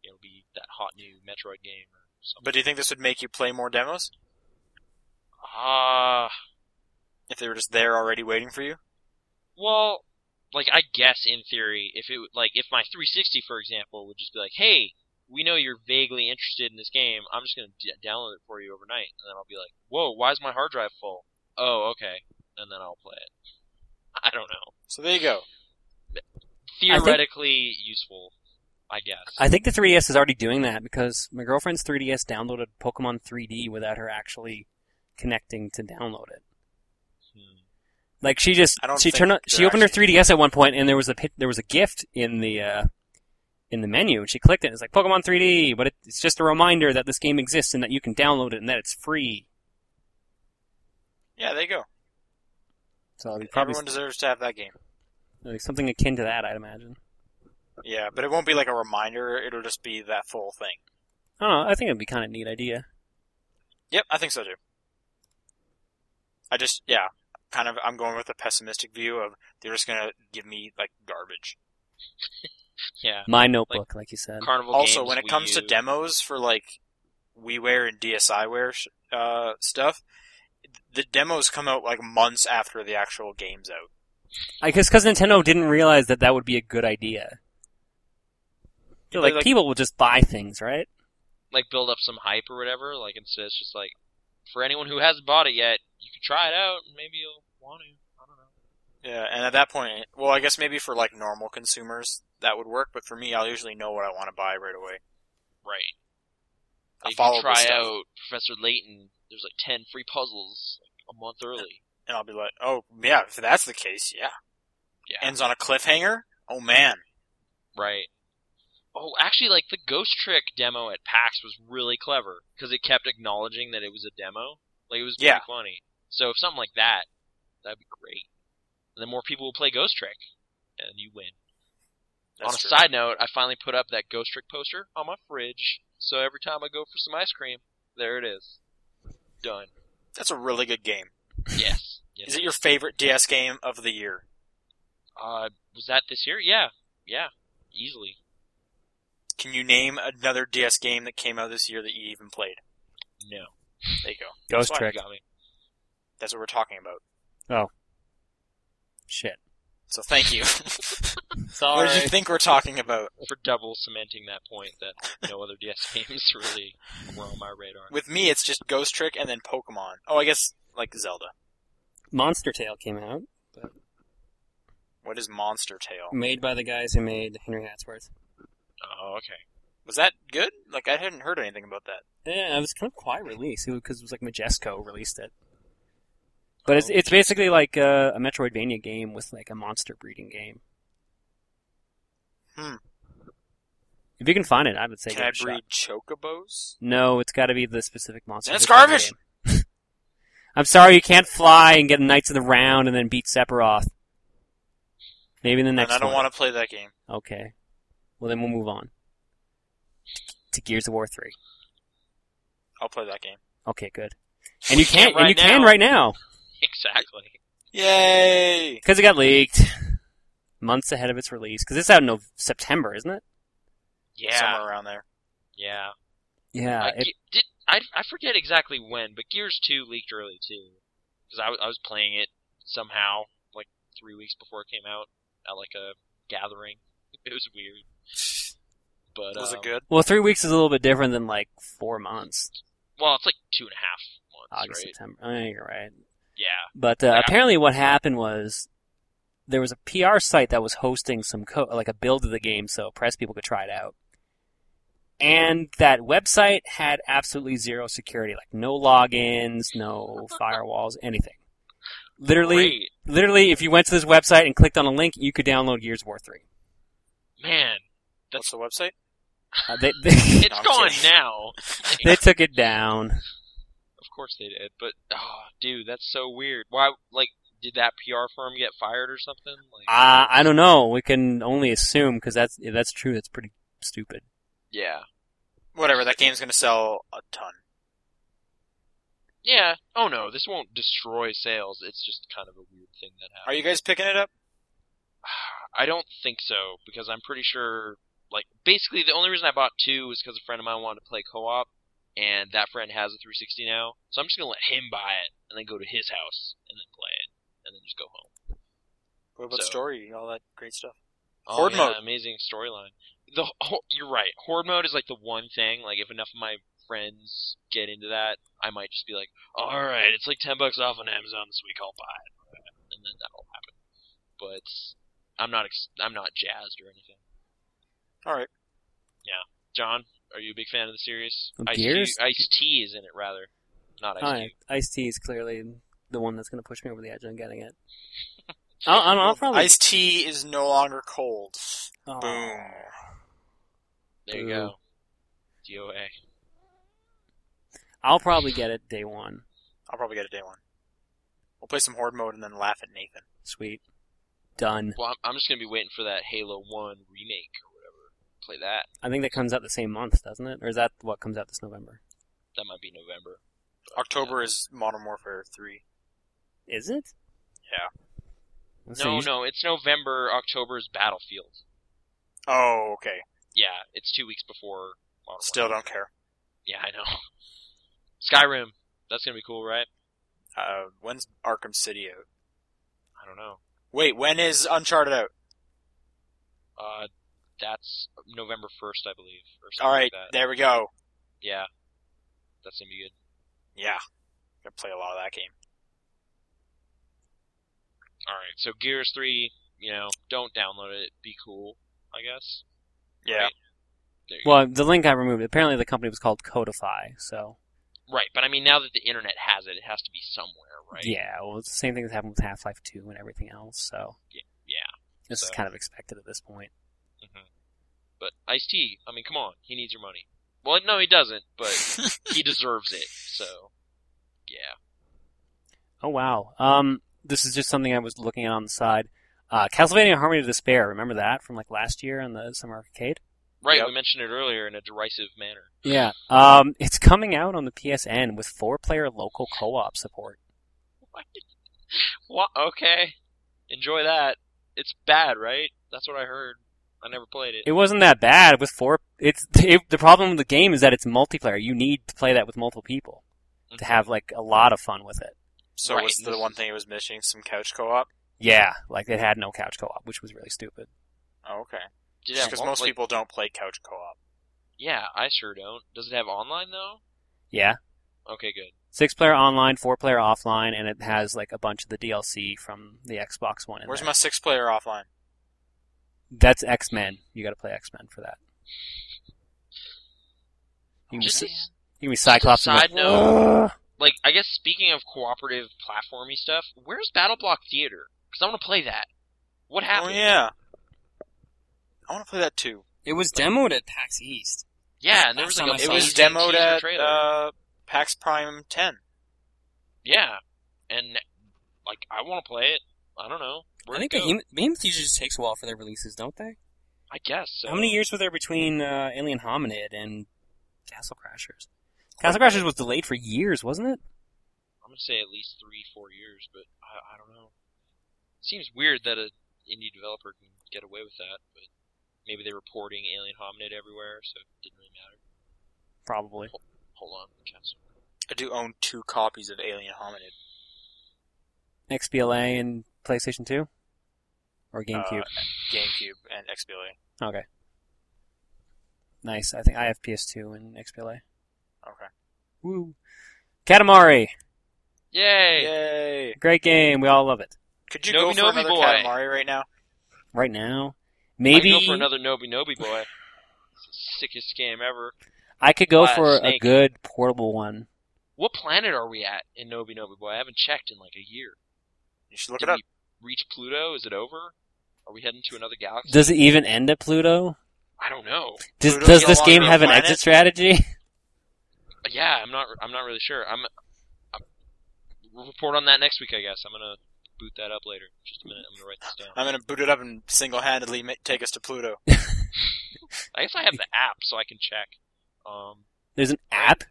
B: it'll be that hot new Metroid game or something.
C: but do you think this would make you play more demos
B: ah,
C: if they were just there already waiting for you?
B: well, like I guess in theory, if it would- like if my 360, for example, would just be like, hey, we know you're vaguely interested in this game. I'm just going to d- download it for you overnight, and then I'll be like, whoa, why is my hard drive full? Oh, okay, and then I'll play it. I don't know.
C: So there you go.
A: think-
B: Theoretically useful, I guess.
A: I think the 3DS is already doing that because my girlfriend's 3DS downloaded Pokemon 3D without her actually connecting to download it.
B: Hmm.
A: Like she just
C: I don't
A: she
C: think
A: turned on,
C: they're
A: she opened her
C: actually-
A: 3DS at one point and there was a pic- there was a gift in the uh, in the menu and she clicked it and it's like Pokemon 3D, but it, it's just a reminder that this game exists and that you can download it and that it's free.
C: Yeah, there you go.
A: So it'll be probably
C: Everyone deserves to have that game.
A: it'll be something akin to that, I'd imagine.
C: Yeah, but it won't be like a reminder. It'll just be that full thing.
A: I don't know. I think it'd be kind of neat idea.
C: Yep, I think so too. I just, yeah, kind of. I'm going with the pessimistic view of they're just gonna give me like garbage.
B: Yeah.
A: My notebook, like, you said.
B: Carnival
C: also,
B: games,
C: when it
B: Wii
C: comes to
B: U.
C: demos for like WiiWare and DSiWare sh- uh, stuff, the demos come out like months after the actual game's out.
A: I guess because Nintendo didn't realize that that would be a good idea. They're
C: But,
A: like
C: like-
A: people will just buy things, right?
B: like build up some hype or whatever, like instead it's just like for anyone who hasn't bought it yet, you can try it out and maybe you'll want to. I don't know.
C: Yeah, and at that point, well, I guess maybe for like normal consumers that would work, but for me, I'll usually know what I want to buy right away.
B: Right.
C: I
B: If
C: follow
B: you
C: the
B: try
C: stuff.
B: out Professor Layton, there's like ten free puzzles like, a month early.
C: and I'll be like, "Oh yeah, if that's the case, yeah."
B: Yeah.
C: Ends on a cliffhanger. Oh man,
B: Right. Oh, actually, like the Ghost Trick demo at PAX was really clever because it kept acknowledging that it was a demo. Like it was pretty
C: Yeah.
B: funny. So if something like that, that'd be great. And then more people will play Ghost Trick, and you win.
C: that's
B: on a
C: true.
B: side note, I finally put up that Ghost Trick poster on my fridge, so every time I go for some ice cream, there it is. Done.
C: That's a really good game.
B: Yes. yes.
C: Is it your favorite DS game of the year?
B: Uh, was that this year? Yeah. Yeah. Easily.
C: Can you name another DS game that came out this year that you even played?
B: No.
C: There you go.
A: Ghost
C: That's why
A: Trick.
B: You got me.
C: That's what we're talking about.
A: Shit.
C: So thank you.
A: Sorry.
C: what did you think we're talking about?
B: For double cementing that point that no other DS games really were on my radar.
C: With me, it's just Ghost Trick and then Pokemon. Oh, I guess like Zelda.
A: Monster Tale came out,
C: What is Monster Tail?
A: made by the guys who made Henry Hatsworth.
B: Oh, okay.
C: Was that good? Like I hadn't heard anything about that.
A: Yeah, it was kind of quiet release because it was like Majesco released it. But it's
B: Oh.
A: it's basically like uh, a, a Metroidvania game with like a monster breeding game.
C: Hmm.
A: If you can find it, I would say
C: Can
A: give
C: I
A: it a
C: breed
A: shot.
C: Chocobos?
A: No, it's got to be the specific monster.
C: That's
A: breeding
C: garbage!
A: game. I'm sorry, you can't fly and get Knights of the Round and then beat Sephiroth. Maybe in the next
C: and I don't
A: one.
C: want to play that game.
A: Okay. Well, then we'll move on to Gears of War three.
C: I'll play that game.
A: Okay, good. And you
B: can't
A: can and you
B: right
A: can
B: now.
A: right now.
B: Exactly.
C: Yay!
A: Because it got leaked months ahead of its release. Because it's out in Nov- September, isn't it?
B: Yeah,
C: Somewhere around there.
B: yeah.
A: Yeah.
B: Like,
A: Uh, it-
B: Ge- did I, I forget exactly when, but Gears Two leaked early too, because I, w- I was playing it somehow like three weeks before it came out at like a gathering. It was weird, but
C: Was
B: um,
C: it good?
A: well, three weeks is a little bit different than like four months.
B: Well, it's like two and a half months,
A: August,
B: right?
A: September. Oh, you're right.
B: Yeah,
A: But uh,
B: Yeah.
A: apparently, what happened was there was a PR site that was hosting some co- like a build of the game, so press people could try it out. And that website had absolutely zero security, like no logins, no firewalls, anything. Literally,
B: great,
A: literally, if you went to this website and clicked on a link, you could download Gears of War Three.
B: man,
C: What's the website?
A: Uh, they, they,
B: it's
C: I'm
B: gone
C: kidding.
B: now.
A: they took it down.
B: Of course they did, but oh, dude, that's so weird. Why? Like, did that PR firm get fired or something? Like,
A: Uh, I don't know. We can only assume because that's if that's true. That's pretty stupid.
B: yeah.
C: Whatever, that game's gonna sell a ton.
B: Yeah. Oh no, this won't destroy sales. It's just kind of a weird thing that
C: Are
B: happened.
C: you guys picking it up?
B: I don't think so because I'm pretty sure. Like, basically, the only reason I bought two was because a friend of mine wanted to play co-op, and that friend has a 360 now. So I'm just gonna let him buy it and then go to his house and then play it and then just go home.
C: What about
B: So-
C: story? All that great stuff.
B: Oh,
C: Horde
B: yeah,
C: mode.
B: amazing storyline. The ho- you're right. Horde mode is like the one thing. Like, if enough of my friends get into that, I might just be like, all right, it's like ten bucks off on Amazon this week. I'll buy it, and then that'll happen. But I'm not ex- I'm not jazzed or anything.
C: All right.
B: Yeah, John, are you a big fan of the series?
A: Of
B: Ice
A: Gears?
B: Ice T is in it, rather. Not Ice
A: Hi,
B: Cube.
A: Ice T is clearly the one that's going to push me over the edge on getting it. I'll, I'll, I'll probably.
C: Iced tea is no longer cold.
A: oh.
C: Boom.
B: There
A: uh,
B: you go. DOA.
A: I'll probably get it day one.
C: I'll probably get it day one. We'll play some horde mode and then laugh at Nathan.
A: Sweet. Done.
B: Well, I'm, I'm just gonna be waiting for that Halo One remake or whatever. Play that.
A: I think that comes out the same month, doesn't it? Or is that what comes out this November?
B: That might be November. Oh,
C: October is Modern Warfare three.
A: Is it?
C: Yeah.
A: So
B: No,
A: you-
B: no, it's November. October's Battlefield.
C: Oh, okay.
B: Yeah, it's two weeks before. Modern
C: Still
B: Warfare.
C: don't care.
B: Yeah, I know. Skyrim. That's gonna be cool, right?
C: Uh, when's Arkham City out?
B: I don't know.
C: Wait, when is Uncharted out?
B: Uh, that's November first, I believe. Or something
C: All right,
B: Like that.
C: there we go.
B: Yeah, that's gonna be good.
C: Yeah, gonna play a lot of that game.
B: All right, so Gears Three. You know, don't download it. Be cool, I guess.
C: Yeah,
B: Right. There you
A: Well, the link I removed. Apparently, the company was called Codify. So
B: go. right. But I mean, now that the internet has it, it has to be somewhere, right?
A: yeah, well, it's the same thing that happened with Half Life Two and everything else. So
B: Yeah.
A: this is
B: So-
A: kind of expected at this point.
B: hmm But Ice T, I mean, come on, he needs your money. Well, no, he doesn't, but he deserves it. So, yeah,
A: Oh wow. Um, this is just something I was looking at on the side. Uh, Castlevania Harmony of Despair. Remember that from like last year on the Summer Arcade?
B: right.
C: Yep.
B: We mentioned it earlier in a derisive manner.
A: Yeah. Um, it's coming out on the PSN with four-player local co-op support.
B: What? Okay, enjoy that. It's bad, right? That's what I heard. I never played it.
A: It wasn't that bad with four. It's it, the problem with the game is that it's multiplayer. You need to play that with multiple people
B: Mm-hmm.
A: to have like a lot of fun with it.
C: So
B: Right,
C: what's the
B: this
C: one
B: is-
C: thing it was missing? Some couch co-op.
A: Yeah, like it had no couch co-op, which was really stupid.
C: Oh, okay.
B: Did it have
C: because
B: on-
C: most
B: like-
C: people don't play couch co-op.
B: Yeah, I sure don't. Does it have online though?
A: Yeah,
B: Okay, good.
A: six-player online, four-player offline, and it has like a bunch of the DLC from the Xbox One. In
C: Where's
A: there.
C: my six-player offline?
A: That's X Men. You got to play X Men for that. You
C: Mm-hmm.
A: can be,
B: Just
A: Cy- you can be Cyclops. and
B: side
A: go,
B: note.
A: "Ugh."
B: like, I guess speaking of cooperative platformy stuff, where's Battle Block Theater? Because I want to play that. What
C: Oh
B: happened?
C: yeah. I want to play that too.
D: It was demoed at PAX East.
B: Yeah, and there was
D: Last time
B: like
D: I
B: a
D: That
C: It
D: saw
C: was
D: sounds-
B: amazing
C: demoed
B: teaser
C: at
B: trailer.
C: uh, PAX Prime 10.
B: yeah, and like I want to play it. I don't know. Where'd
D: I think
B: it go?
D: Behemoth, Behemoth usually just takes a while for their releases, don't they?
B: I guess. So.
A: How many years were there between uh, Alien Hominid and Castle Crashers? Castle Crashers was delayed for years, wasn't it?
B: I'm gonna say at least three, four years, but I, I don't know. Seems weird that an indie developer can get away with that, but maybe they were porting Alien Hominid everywhere, so it didn't really matter.
A: Probably.
B: Hold on, cancel.
C: I do own two copies of Alien Hominid. uh,
A: XBLA and PlayStation 2? Or GameCube?
C: GameCube and XBLA.
A: okay. Nice. I think I have PS2 and XBLA.
C: Okay.
A: Woo. Katamari.
B: Yay!
C: Yay!
A: Great game. We all love it.
C: Could you
B: Nobi
C: go
B: Nobi
C: for another
B: boy.
C: Katamari right now?
A: Right now.
B: I could
A: Maybe
B: go for another Nobi Nobi boy. It's the sickest game ever.
A: I could go
B: uh,
A: for a
B: Snake.
A: good portable one.
B: What planet are we at in Nobi Nobi boy? I haven't checked in like a year.
C: You should look
B: Did
C: it up.
B: we reach Pluto? Is it over? Are we heading to another galaxy?
A: Does it even end at Pluto?
B: I don't know.
A: Does,
C: Pluto's
A: does
C: no
A: this game
C: longer a
A: have an
C: planet?
A: exit strategy?
B: Yeah, I'm not. I'm not really sure. I'm. I'm we'll report on that next week, I guess. I'm gonna boot that up later. Just a minute. I'm gonna write this down.
C: I'm gonna boot it up and single-handedly ma- take us to Pluto.
B: I guess I have the app, so I can check. Um.
A: There's an app?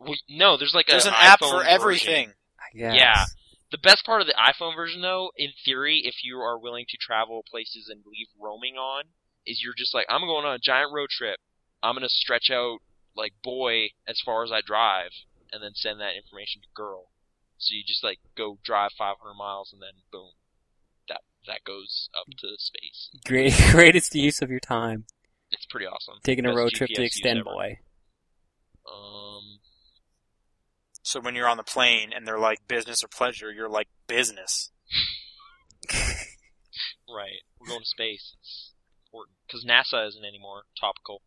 B: we- no, there's like a
C: There's an app
B: iPhone
C: for
B: version.
C: everything.
A: I guess.
B: Yeah. The best part of the iPhone version, though, in theory, if you are willing to travel places and leave roaming on, is you're just like, I'm going on a giant road trip. I'm gonna stretch out like boy as far as I drive, and then send that information to girl. So you just like go drive 500 miles, and then boom, that that goes up to space.
A: Great, greatest use of your time.
B: It's pretty awesome.
A: Taking a
B: Best
A: road trip
B: GPS
A: to
B: use
A: Extend
B: ever.
A: Boy.
B: Um,
C: So when you're on the plane and they're like business or pleasure, you're like business.
B: right. We're going to space. It's important because NASA isn't anymore topical.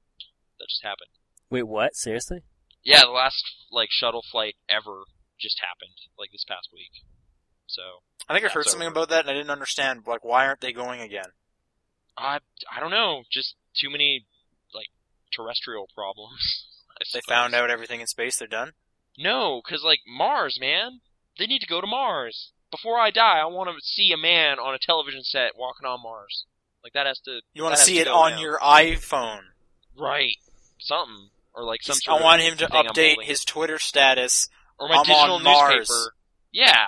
B: That just happened.
A: Wait, what? Seriously?
B: Yeah, the last like shuttle flight ever just happened like this past week. So
C: I think I
B: That's
C: heard something
B: over.
C: about that and I didn't understand. Like, why aren't they going again?
B: I I don't know, just too many like terrestrial problems. I
C: They
B: suppose.
C: found out everything in space. They're done.
B: No, because like Mars, man, they need to go to Mars. Before I die, I want to see a man on a television set walking on Mars. Like that has to.
C: You want
B: that
C: to
B: has
C: see it
B: go
C: on
B: now.
C: your iPhone.
B: right something or like some. Sort
C: I want him
B: of
C: to
B: thing I'm
C: update
B: holding.
C: his Twitter status.
B: or my
C: I'm
B: digital
C: on Mars.
B: newspaper. Yeah,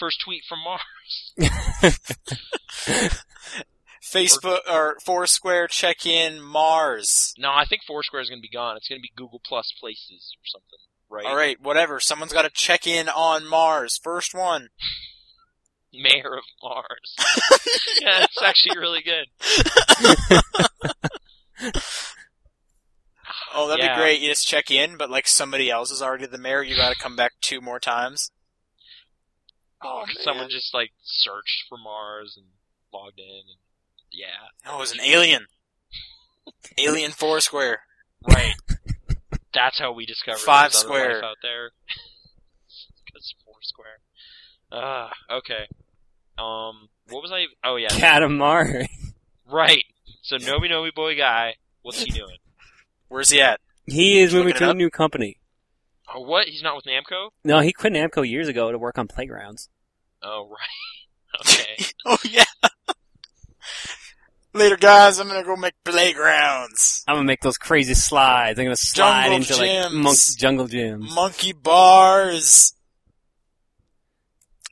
B: first tweet from Mars.
C: Facebook or Foursquare check in Mars.
B: No, I think Foursquare is going to be gone. It's going to be Google Plus Places or something, right?
C: All right, whatever. Someone's got to check in on Mars. First one.
B: Mayor of Mars. yeah, it's actually really good.
C: Oh, that'd
B: Yeah.
C: be great. You just check in, but like somebody else is already the mayor. You got to come back two more times.
B: Oh, 'cause someone just like searched for Mars and logged in. And, yeah,
C: No, Oh, it was an alien. alien Foursquare.
B: right. That's how we discovered
C: Five
B: there's other
C: square.
B: life out there. Because Foursquare. Ah, okay. Um, what was I? Even... Oh yeah,
A: Katamari.
B: right. So Nobi Nobi Boy guy, what's he doing?
C: Where's he at?
A: He is
C: Just
A: moving
C: looking
A: to
C: it
A: a
C: up.
A: new company.
B: Oh, what? He's not with Namco.
A: No, he quit Namco years ago to work on Playgrounds.
B: Oh, right. okay.
C: Oh yeah. Later, guys. I'm gonna go make playgrounds.
A: I'm gonna make those crazy slides. I'm gonna slide
C: Jungle
A: into like
C: gyms.
A: monk jungle gyms.
C: Monkey bars.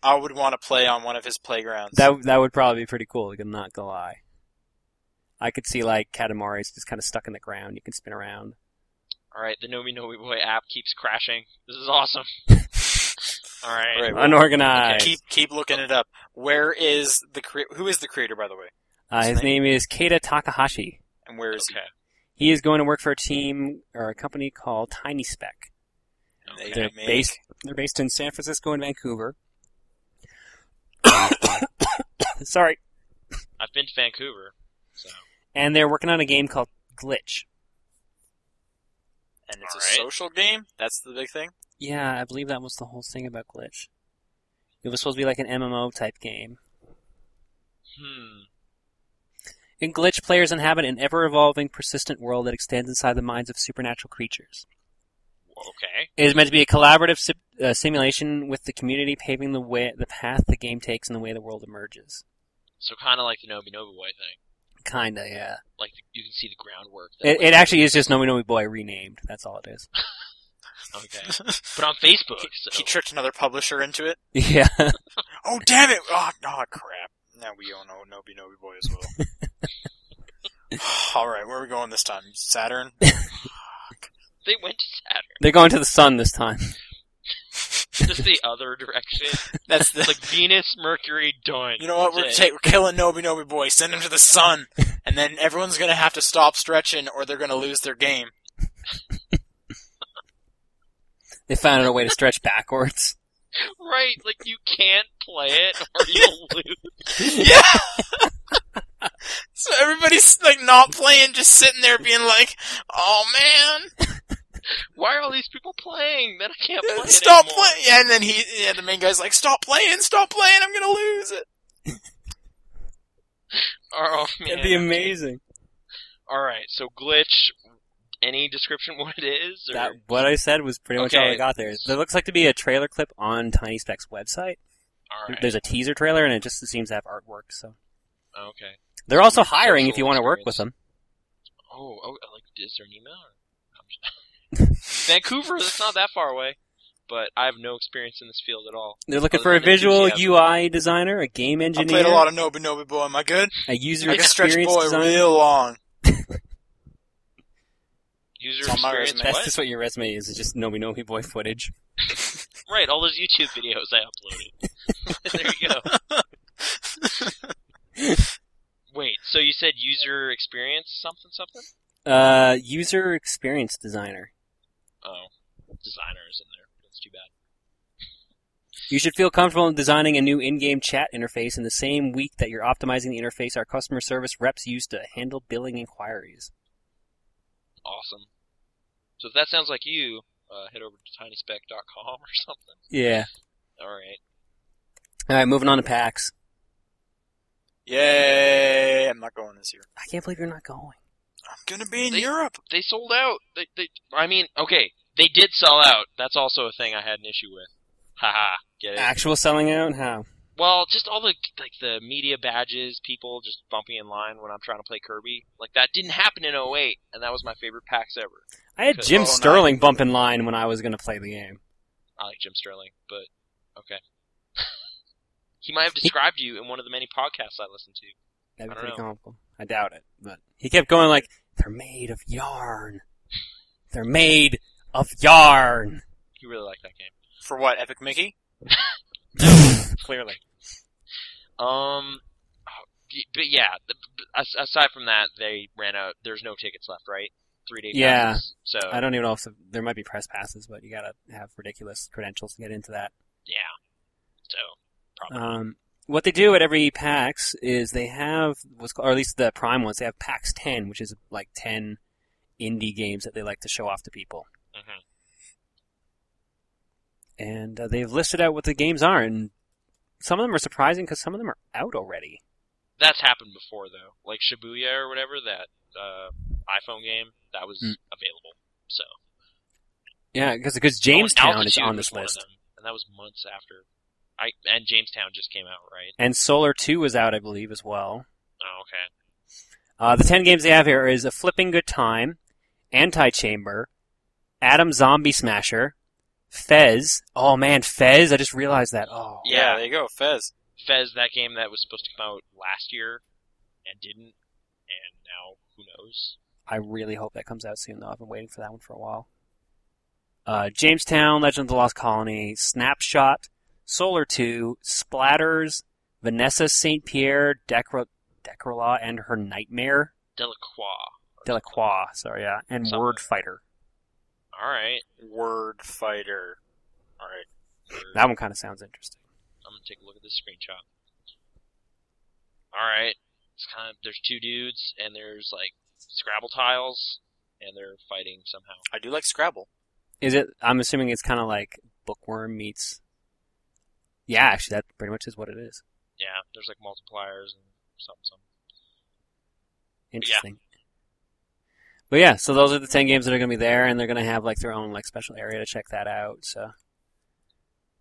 C: I would want to play on one of his playgrounds.
A: That that would probably be pretty cool. I'm not gonna lie. I could see like Katamari's just kind of stuck in the ground. You can spin around.
B: All right, the Nomi Nomi Boy app keeps crashing. This is awesome. All right.
C: Right, well,
A: Unorganized.
C: keep keep looking it up. Where is the cre- who is the creator by the way?
A: uh, his
C: his
A: name is Keita Takahashi.
C: And where is
B: Okay.
A: He is going to work for a team or a company called Tiny Spec.
C: he?
A: They're
C: make-
A: based. They're based in San Francisco and Vancouver. Sorry,
B: I've been to Vancouver, so
A: and they're working on a game called Glitch.
C: and it's a
B: Alright.
C: social game. That's the big thing.
A: Yeah, I believe that was the whole thing about Glitch. It was supposed to be like an MMO type game.
B: hmm.
A: In Glitch, players inhabit an ever-evolving, persistent world that extends inside the minds of supernatural creatures.
B: Okay.
A: It is meant to be a collaborative sim- uh, simulation with the community, paving the way, the path the game takes, and the way the world emerges.
B: So kind of like the Nomi Nomi Boy thing.
A: Kinda, yeah.
B: Like the, you can see the groundwork. that
A: It,
B: went
A: it actually is just Nomi Nomi Boy renamed. That's all it is.
B: in. Okay. But on Facebook.
C: He
B: So.
C: tricked another publisher into it.
A: Yeah.
C: Oh damn it! Oh, oh crap! Now we all know Nobi Nobi Boy as well. All right, where are we going this time? Saturn.
B: They went to
A: They're going to the sun this time.
B: Saturn, just the other direction.
C: That's the.
B: It's like Venus, Mercury, done.
C: you know what? We're
B: That's
C: ta- we're killing Nobi Nobi Boy. Send him to the sun, and then everyone's gonna have to stop stretching, or they're gonna lose their game.
A: They found out a way to stretch backwards.
B: it. right. Like you can't play it or you'll lose.
C: Yeah. so everybody's like not playing, just sitting there being like, "Oh man,
B: Why are all these people playing? Then I can't play
C: Uh, stop
B: it anymore.
C: playing!" Yeah, and then he, yeah, the main guy's like, "Stop playing, stop playing! I'm gonna lose it."
B: Oh, man.
A: That'd be amazing.
B: All right. So glitch. Any description what it is? Or...
A: That what I said was pretty much all I
B: Okay.
A: got there. There looks like to be a trailer clip on Tiny Specs website.
B: all right.
A: There's a teaser trailer, and it just seems to have artwork. So
B: Okay.
A: they're also hiring if you want to work with
B: experience.
A: them.
B: Oh, oh, like is there an email? Or... I'm just- Vancouver. That's not that far away. But I have no experience in this field at all.
A: They're looking
B: Other
A: for a
B: than
A: visual
B: enthusiasm.
A: UI designer, a game
C: I
A: engineer,
C: played a lot of Nobi Nobi Boy. Am I good?
A: a user
C: I can stretch
A: experience
C: boy
A: designer.
C: real long.
B: User
C: It's on my
B: experience.
C: resume.
A: That's
B: What?
A: just what your resume is. It's just Nobi Nobi Boy footage.
B: Right. All those YouTube videos I uploaded. there you go. Wait. So you said user experience something something?
A: Uh, user experience designer.
B: Oh, designer is in there. That's too bad.
A: You should feel comfortable in designing a new in-game chat interface in the same week that you're optimizing the interface our customer service reps use to handle billing inquiries.
B: Awesome. So if that sounds like you, uh, head over to tinyspec.com or something.
A: Yeah.
B: All right.
A: All right, moving on to PAX.
C: Yay! I'm not going this year.
A: I can't believe you're not going.
C: I'm gonna be in
B: They-
C: Europe.
B: They sold out. They, they, I mean, okay, they did sell out. That's also a thing I had an issue with. Haha. Get it?
A: Actual selling out? How?
B: Well, just all the like the media badges, people just bumping in line when I'm trying to play Kirby. Like that didn't happen in 08, and that was my favorite PAX ever.
A: I had
B: Because-
A: Jim
C: Oh, no.
A: Sterling bump in line when I was going to play the game.
B: I like Jim Sterling, but okay. he might have described you in one of the many podcasts I listen to.
A: That'd be
B: I don't
A: pretty
B: know.
A: comical. I doubt it, but he kept going like, "They're made of yarn. They're made of yarn."
B: You really like that game.
C: For what? Epic Mickey?
A: Clearly,
B: Um, y- but yeah, th- b- as- aside from that, they ran out. There's no tickets left, right? Three day
A: Yeah.
B: passes. So
A: I don't even know if the- there might be press passes, but you gotta have ridiculous credentials to get into that.
B: yeah, so probably
A: Um, what they do at every PAX is they have what's called, or at least the prime ones, they have PAX 10, which is like 10 indie games that they like to show off to people.
B: Mhm.
A: And uh, they've listed out what the games are, and some of them are surprising because some of them are out already.
B: that's happened before though. Like Shibuya or whatever that uh, iPhone game that was
A: Mm.
B: available. So
A: Yeah, because
B: Oh, and
A: Jamestown is
B: Altitude
A: on
B: was
A: this
B: one of
A: list.
B: them, and that was months after. I and Jamestown just came out, right?
A: And Solar 2 is out, I believe, as well.
B: Oh, okay.
A: Uh, the 10 games they have here is A Flipping Good Time, Anti-Chamber, Adam Zombie Smasher, Fez. Oh man, Fez, I just realized that. Oh.
B: Yeah.
C: there you go, Fez.
B: Fez, that game that was supposed to come out last year and didn't, and now who knows?
A: I really hope that comes out soon, though. I've been waiting for that one for a while. Uh, Jamestown, Legend of the Lost Colony, Snapshot, Solar 2, Splatters, Vanessa St. Pierre, Decro- Decrola, and Her Nightmare,
B: Delacroix.
A: Delacroix, sorry, yeah, and
B: Something.
A: Word Fighter.
B: All right.
C: Word fighter. All right.
B: We're-
A: That one kind of sounds interesting.
B: I'm gonna take a look at this screenshot. All right, it's kind of there's two dudes and there's like Scrabble tiles and they're fighting somehow.
C: I do like Scrabble.
A: Is it, I'm assuming it's kind of like Bookworm meets. Yeah, actually, that pretty much is what it is.
B: Yeah, there's like multipliers and something. something.
A: Interesting. But yeah, so those are the ten games that are going to be there, and they're going to have like their own like special area to check that out. So,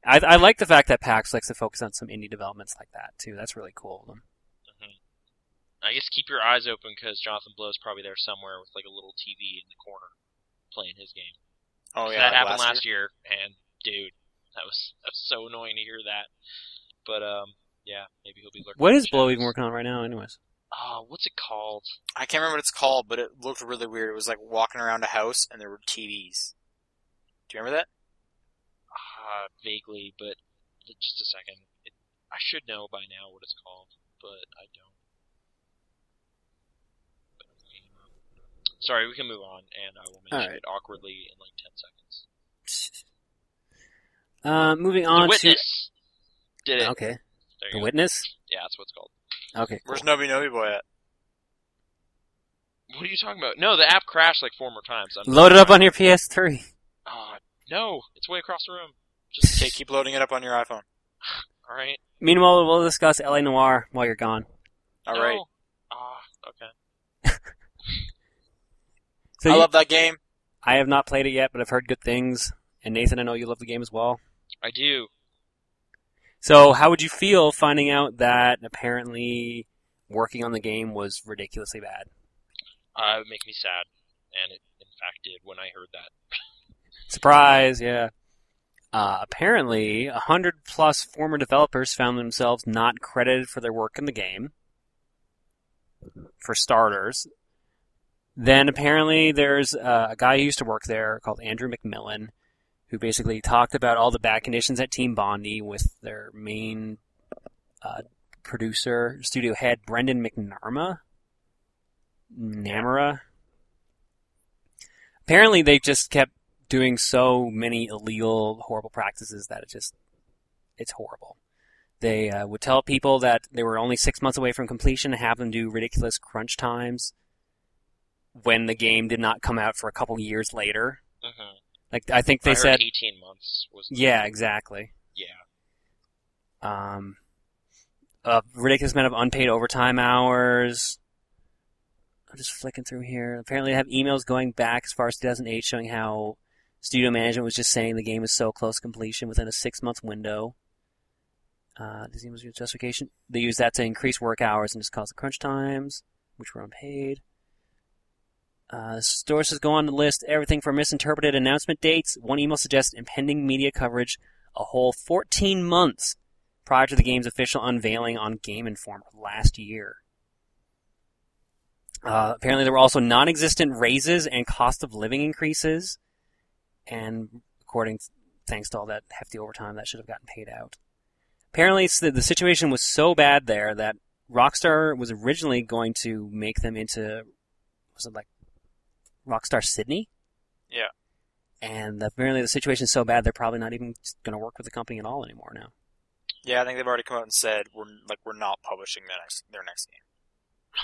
A: I, I like the fact that PAX likes to focus on some indie developments like that too. That's really cool. of them.
B: I guess keep your eyes open because Jonathan Blow's probably there somewhere with like a little TV in the corner playing his game.
C: Oh
B: So
C: yeah,
B: that happened last year. and dude, that was, that was so annoying to hear that. But um, yeah, maybe he'll be lurking.
A: What
B: in
A: is
B: the
A: Blow even
B: shadows.
A: working on right now, anyways?
B: Oh, what's it called?
C: I can't remember what it's called, but it looked really weird. It was like walking around a house and there were TVs. Do you remember that?
B: Ah, vaguely, but just a second. It, I should know by now what it's called, but I don't. Sorry, we can move on, and I will mention
A: Alright.
B: it awkwardly in like ten seconds.
A: Uh, moving
B: The
A: on
B: Witness did
A: to
B: it.
A: okay,
B: There
A: the
B: you go.
A: witness.
B: Yeah, that's what it's called.
A: Okay, cool.
C: Where's Nobby Nobby Boy at?
B: What are you talking about? No, the app crashed like four more times. I'm
A: load it up on your PS3.
B: Ah, no, it's way across the room. Just
C: Okay,
B: take.
C: keep loading it up on your iPhone.
B: All right.
A: Meanwhile, we'll discuss LA Noir while you're gone.
C: All
B: no.
C: right.
B: Ah, okay.
A: So
C: I
A: you-
C: love that game.
A: I have not played it yet, but I've heard good things. And Nathan, I know you love the game as well.
B: I do.
A: So, how would you feel finding out that apparently working on the game was ridiculously bad?
B: Uh, it would make me sad, and it in fact did when I heard that.
A: Surprise, yeah. Uh, apparently, 100 plus former developers found themselves not credited for their work in the game, for starters. Then, apparently, there's uh, a guy who used to work there called Andrew McMillan, who basically talked about all the bad conditions at Team Bondi with their main uh, producer, studio head, Brendan McNarma. Namara. Apparently, they just kept doing so many illegal, horrible practices that it just, it's horrible. They uh, would tell people that they were only six months away from completion and have them do ridiculous crunch times when the game did not come out for a couple years later.
B: hmm
A: Like, I think they
B: I heard
A: said,
B: eighteen months was.
A: yeah, exactly.
B: Yeah.
A: Um, a ridiculous amount of unpaid overtime hours. I'm just flicking through here. Apparently, I have emails going back as far as 2008 showing how studio management was just saying the game was so close to completion within a six month window. Uh, this was your justification. They used that to increase work hours and just cause the crunch times, which were unpaid. Uh, sources go on to list everything from misinterpreted announcement dates. One email suggests impending media coverage a whole 14 months prior to the game's official unveiling on Game Informer last year. Uh, apparently, there were also non existent raises and cost of living increases, and according thanks to all that hefty overtime that should have gotten paid out. Apparently, it's the, the situation was so bad there that Rockstar was originally going to make them into, was it like Rockstar Sydney?
C: Yeah.
A: And apparently, the situation's so bad they're probably not even going to work with the company at all anymore now.
C: Yeah, I think they've already come out and said we're like we're not publishing their next their next game.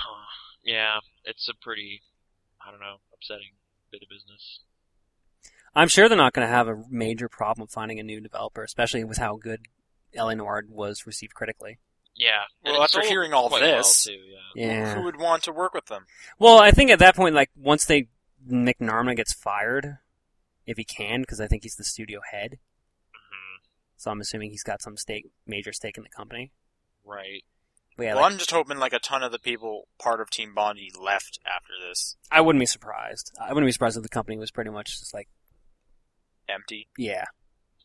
B: yeah, it's a pretty, I don't know, upsetting bit of business.
A: I'm sure they're not going to have a major problem finding a new developer, especially with how good LA Noir was received critically.
B: Yeah. and
C: Well,
B: it
C: after
B: sold
C: hearing all
B: quite
C: this,
B: well, too, yeah.
C: who would want to work with them?
A: Well, I think at that point, like once they McNarma gets fired, if he can, because I think he's the studio head,
B: Mhm.
A: so I'm assuming he's got some stake, major stake in the company.
B: Right.
A: But yeah,
C: well,
A: like,
C: I'm just hoping like a ton of the people part of Team Bondi left after this.
A: I wouldn't be surprised. I wouldn't be surprised if the company was pretty much just like,
C: Empty.
A: yeah,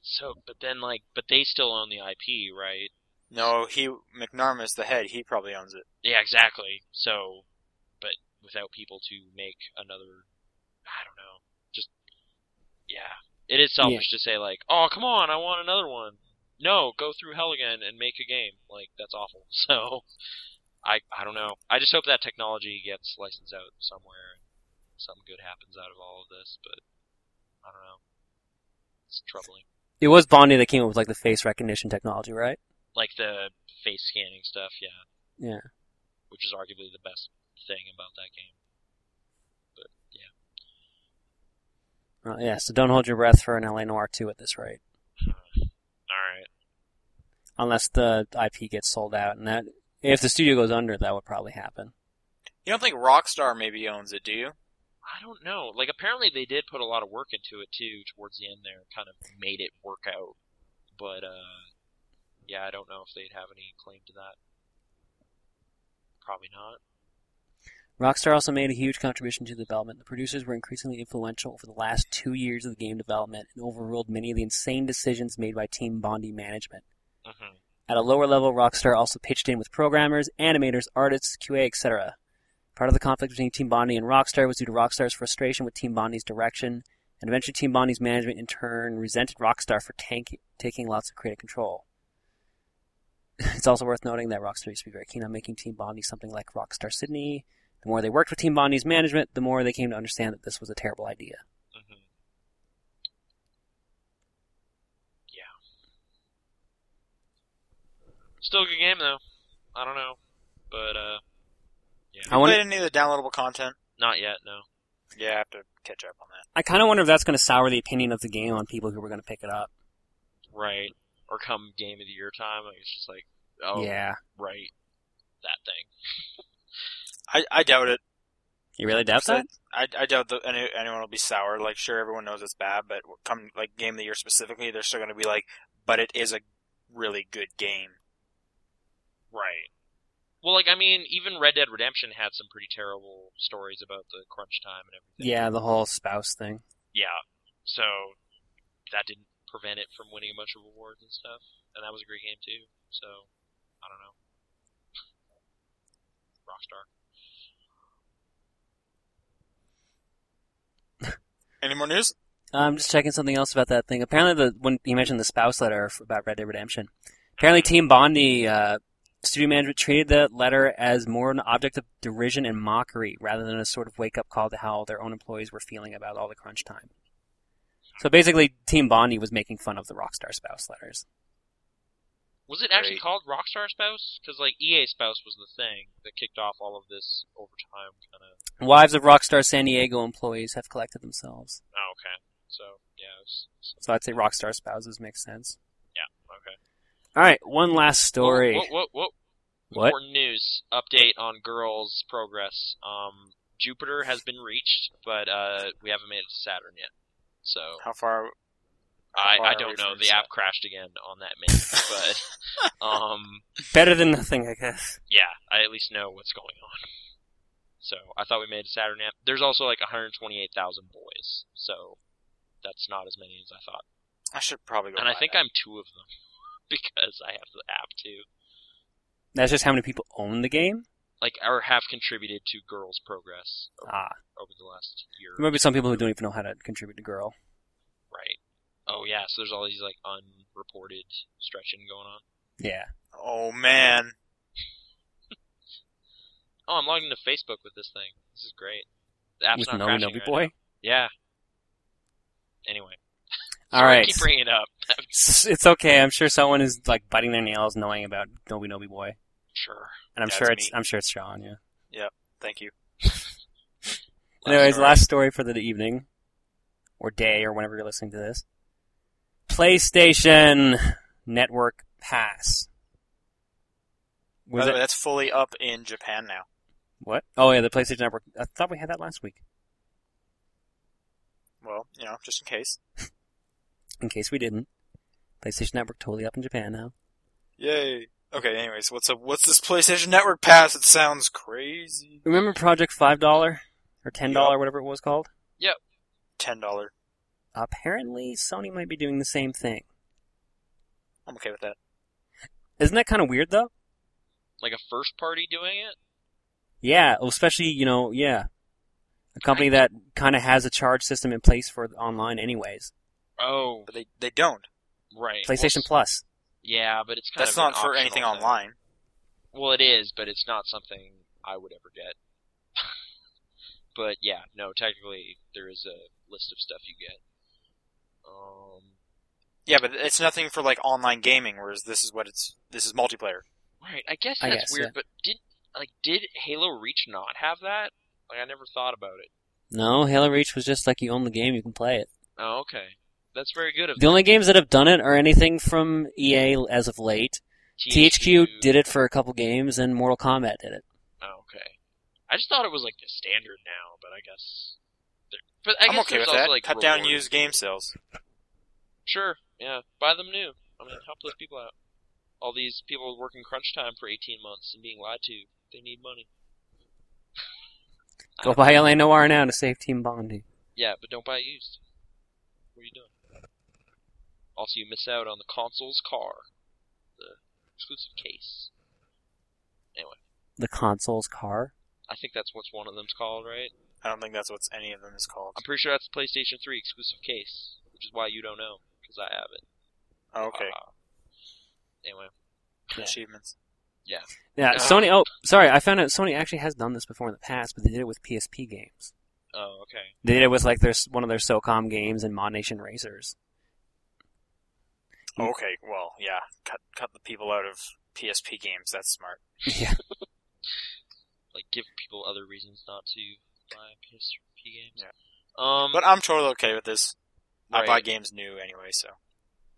B: So, but then like, but they still own the IP, right?
C: No, he McNarma's the head. He probably owns it.
B: Yeah, exactly. So, but without people to make another, I don't know, just yeah, it is selfish to say like, oh come on, I want another one. No, go through hell again and make a game. Like that's awful. So, I I don't know. I just hope that technology gets licensed out somewhere. and Something good happens out of all of this, but I don't know. It's troubling.
A: it was Bondi that came up with like the face recognition technology, right?
B: Like the face scanning stuff, yeah.
A: Yeah.
B: Which is arguably the best thing about that game.
A: Uh, yeah. So don't hold your breath for an LA Noir two at this rate.
B: All right.
A: unless the IP gets sold out, and that if the studio goes under, that would probably happen.
C: You don't think Rockstar maybe owns it, do you?
B: I don't know. Like apparently they did put a lot of work into it too towards the end there, kind of made it work out. But uh yeah, I don't know if they'd have any claim to that. Probably not.
A: Rockstar also made a huge contribution to the development. The producers were increasingly influential over the last two years of the game development and overruled many of the insane decisions made by Team Bondi management.
B: Mhm.
A: At a lower level, Rockstar also pitched in with programmers, animators, artists, QA, etc. Part of the conflict between Team Bondi and Rockstar was due to Rockstar's frustration with Team Bondi's direction, and eventually Team Bondi's management in turn resented Rockstar for tank- taking lots of creative control. it's also worth noting that Rockstar used to be very keen on making Team Bondi something like Rockstar Sydney. The more they worked with Team Bondi's management, the more they came to understand that this was a terrible idea.
B: hmm Yeah. Still a good game though. I don't know, but uh,
A: I
C: Played
A: wonder,
C: any of the downloadable content?
B: not yet. No.
C: Yeah, I have to catch up on that.
A: I kind of wonder if that's going to sour the opinion of the game on people who were going to pick it up.
B: Right. Or come game of the year time, like it's just like, oh,
A: Yeah,
B: right, that thing.
C: I, I doubt it.
A: you really doubt that?
C: I, I doubt that any, anyone will be sour. Like, sure, everyone knows it's bad, but come like game of the year specifically, they're still going to be like, but it is a really good game.
B: Right. Well, like I mean, even Red Dead Redemption had some pretty terrible stories about the crunch time and everything.
A: Yeah, the whole spouse thing.
B: Yeah. So that didn't prevent it from winning a bunch of awards and stuff, and that was a great game too. So I don't know. Rockstar.
C: Any more news?
A: I'm just checking something else about that thing. Apparently, the when you mentioned the spouse letter f- about Red Dead Redemption, apparently Team Bondi uh, studio management treated that letter as more an object of derision and mockery rather than a sort of wake up call to how their own employees were feeling about all the crunch time. So basically, Team Bondi was making fun of the Rockstar spouse letters.
B: Was it actually
C: Great.
B: called Rockstar Spouse? Because like EA Spouse was the thing that kicked off all of this overtime kind of.
A: Wives of Rockstar San Diego employees have collected themselves,
B: Oh, okay. So yeah. It was,
A: so I'd say Rockstar spouses makes sense.
B: okay.
A: All right, one last story.
B: Whoa, whoa, whoa, whoa.
A: What?
B: Important news update on girls' progress. Um, Jupiter has been reached, but uh, we haven't made it to Saturn yet. So
C: How far?
B: I,
C: far
B: I
C: are we
B: don't know.
C: from
B: The app crashed again on that main, but um,
A: Better than nothing, I guess.
B: yeah, I at least know what's going on. So I thought we made it to Saturn yet. There's also like 128,000 boys, so that's not as many as I thought.
C: I should probably go.
B: And I
C: buy
B: think
C: that.
B: I'm two of them because I have the app too.
A: That's just how many people own the game.
B: Like, or have contributed to girls' progress
A: Ah,
B: over the last year.
A: There might be some people who don't even know how to contribute to Girl.
B: Right. Oh yeah, so there's all these like unreported stretching going on.
A: Yeah.
C: Oh man,
B: Oh, I'm logged into Facebook with this thing. This is great. The app's
A: With
B: not
A: no
B: crashing
A: Novi
B: right
A: Boy.
B: now. Yeah. Anyway.
A: All
B: Sorry, I
A: right.
B: Keep bringing it up.
A: It's, it's okay. I'm sure someone is like biting their nails knowing about Nobi Nobi Boy.
B: sure.
A: And I'm
C: That's
A: sure it's
C: me.
A: I'm sure it's Sean, yeah.
C: thank you.
A: Anyways,
B: story.
A: last story for the evening. Or day or whenever you're listening to this. PlayStation Network Pass.
C: By
A: Was
C: the way,
A: it
C: Oh, that's fully up in Japan now.
A: what? Oh yeah, the PlayStation Network. I thought we had that last week.
C: Well, you know, just in case.
A: In case we didn't. PlayStation Network totally up in Japan now.
C: Yay. Okay. Anyways, what's up? What's this PlayStation Network pass? It sounds crazy.
A: Remember Project Five Dollar or ten dollar,
C: Yup.
A: whatever it was called?
C: Ten dollar.
A: apparently Sony might be doing the same thing.
C: I'm okay with that.
A: Isn't that kind of weird though?
B: Like a first party doing it?
A: Yeah, well, especially you know, yeah, a company that kind of has a charge system in place for online, anyways.
B: Oh,
C: But they they don't.
B: right.
A: PlayStation
B: Well,
A: Plus.
B: Yeah, but it's kind
C: That's
B: of an
C: not for
B: optional
C: anything
B: thing.
C: online.
B: Well, it is, but it's not something I would ever get. but yeah, no, technically there is a list of stuff you get. Um
C: Yeah, but it's nothing for like online gaming. Whereas this is what it's. This is multiplayer.
B: Right. I guess
A: I
B: that's
A: guess,
B: weird,
A: yeah.
B: but did like did Halo Reach not have that? Like I never thought about it.
A: No, Halo Reach was just like you own the game, you can play it.
B: Oh, okay. That's very good of
A: The only games that have done it are anything from EA as of late. THQ did it for a couple games, and Mortal Kombat did it.
B: Oh, okay. I just thought it was like the standard now, but I guess. there- But I
C: am
B: guess
C: okay
B: there's
C: with
B: also,
C: that.
B: Like,
C: Cut down
B: rewarding-
C: used game sales.
B: Sure. Yeah. Buy them new. I mean, help those people out. All these people working crunch time for 18 months and being lied to. They need money.
A: Go buy LA Noir now to save Team Bondi.
B: Yeah, but don't buy it used. What are you doing? Also, you miss out on the console's car. The exclusive case.
A: The console's car.
B: I think that's what one of them's called, right?
C: I don't think that's what any of them is called.
B: I'm pretty sure that's PlayStation 3 exclusive case, which is why you don't know because I have it.
C: Okay,
B: Uh, anyway, yeah.
C: achievements.
A: Yeah,
C: Uh-huh.
B: Uh.
A: Sony. Oh, sorry, I found out Sony actually has done this before in the past, but they did it with PSP games.
B: oh okay.
A: They did it with like their one of their SOCOM games and Mod Nation Racers. Mm.
C: Okay, well, yeah, cut cut the people out of PSP games. That's smart.
A: yeah,
B: Like give people other reasons not to buy PSP games.
C: Yeah.
B: Um,
C: But I'm totally okay with this. I
B: right,
C: buy games new anyway, so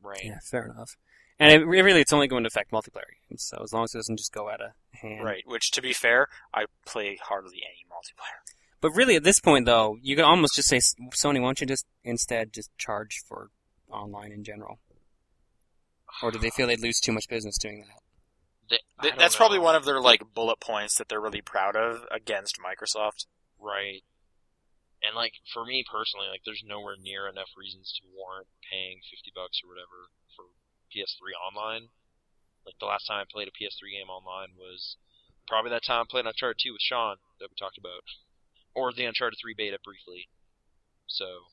B: right.
A: yeah, fair enough. And it, really, it's only going to affect multiplayer games. So as long as it doesn't just go out of hand,
C: right. Which, to be fair, I play hardly any multiplayer.
A: But really, at this point, though, you can almost just say, Sony, why don't you just instead just charge for online in general? Or do they feel they'd lose too much business doing that?
B: Th- I
C: Th-
B: don't
C: that's probably
B: know.
C: one of their like bullet points that they're really proud of against Microsoft.
B: Right. And like for me personally, like there's nowhere near enough reasons to warrant paying fifty bucks or whatever for PS3 online. Like the last time I played a PS3 game online was probably that time I played Uncharted 2 with Sean that we talked about, or the Uncharted 3 beta briefly. So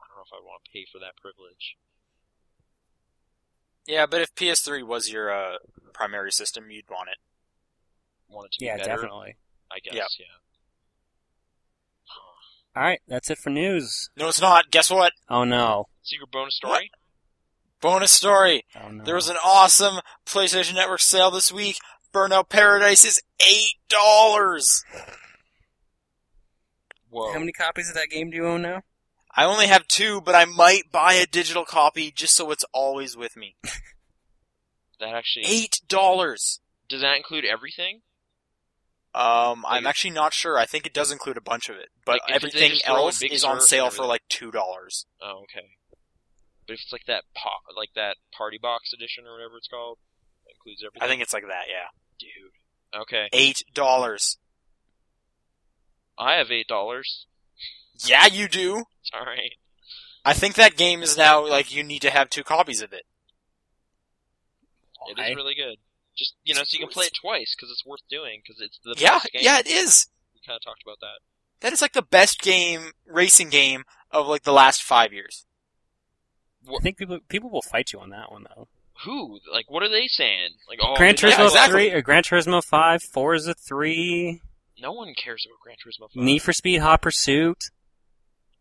B: I don't know if I want to pay for that privilege.
C: Yeah, but if PS3 was your uh, primary system, you'd want it.
B: Want it to
A: yeah,
B: be better,
A: definitely.
B: I guess.
C: Yeah.
B: Yeah.
A: All right, that's it for news.
C: No, it's not. Guess what?
A: Oh no.
B: Secret bonus story.
C: Bonus story.
A: Oh no.
C: There was an awesome PlayStation Network sale this week. Burnout Paradise is eight dollars.
B: Whoa.
D: How many copies of that game do you own now?
C: I only have two, but I might buy a digital copy just so it's always with me.
B: That actually
C: Eight dollars.
B: does that include everything?
C: Um,
B: Like-
C: I'm actually not sure. I think it does include a bunch of it, but
B: Like, if they
C: everything
B: just throw in
C: else
B: Big
C: is
B: Sur
C: on
B: and
C: sale for
B: everything.
C: like two dollars.
B: Oh, okay. But if it's like that pop, like that party box edition or whatever it's called, that includes everything.
C: I think it's like that. Yeah,
B: dude. Okay,
C: eight dollars.
B: I have eight dollars.
C: Yeah, you do.
B: It's all right.
C: I think that game is now like you need to have two copies of it.
B: It is really good. Just you know, so you can play it twice because it's worth doing because it's the
C: yeah,
B: best game.
C: yeah, it is.
B: We kind of talked about that.
C: That is like the best game racing game of like the last five years.
A: I think people people will fight you on that one though.
B: Who? Like, what are they saying? Like, oh,
A: Gran
B: they-
A: Turismo
C: yeah, exactly.
A: three or Gran Turismo five, Forza three,
B: No one cares about Gran Turismo. 5.
A: Need for Speed Hot Pursuit.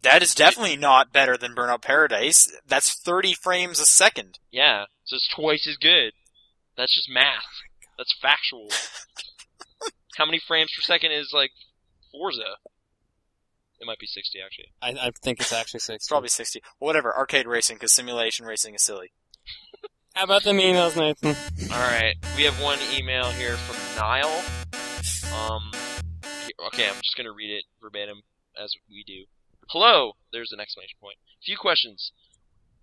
C: That is definitely not better than Burnout Paradise. That's 30 frames a second.
B: Yeah, so it's twice as good. That's just math. That's factual. How many frames per second is like Forza? It might be sixty actually.
A: I, I think it's actually six.
C: It's probably 60. Whatever, arcade racing, because simulation racing is silly.
A: How about the emails, Nathan?
B: All right, we have one email here from Niall. Um, okay, I'm just gonna read it verbatim as we do. Hello. There's an exclamation point. Few questions.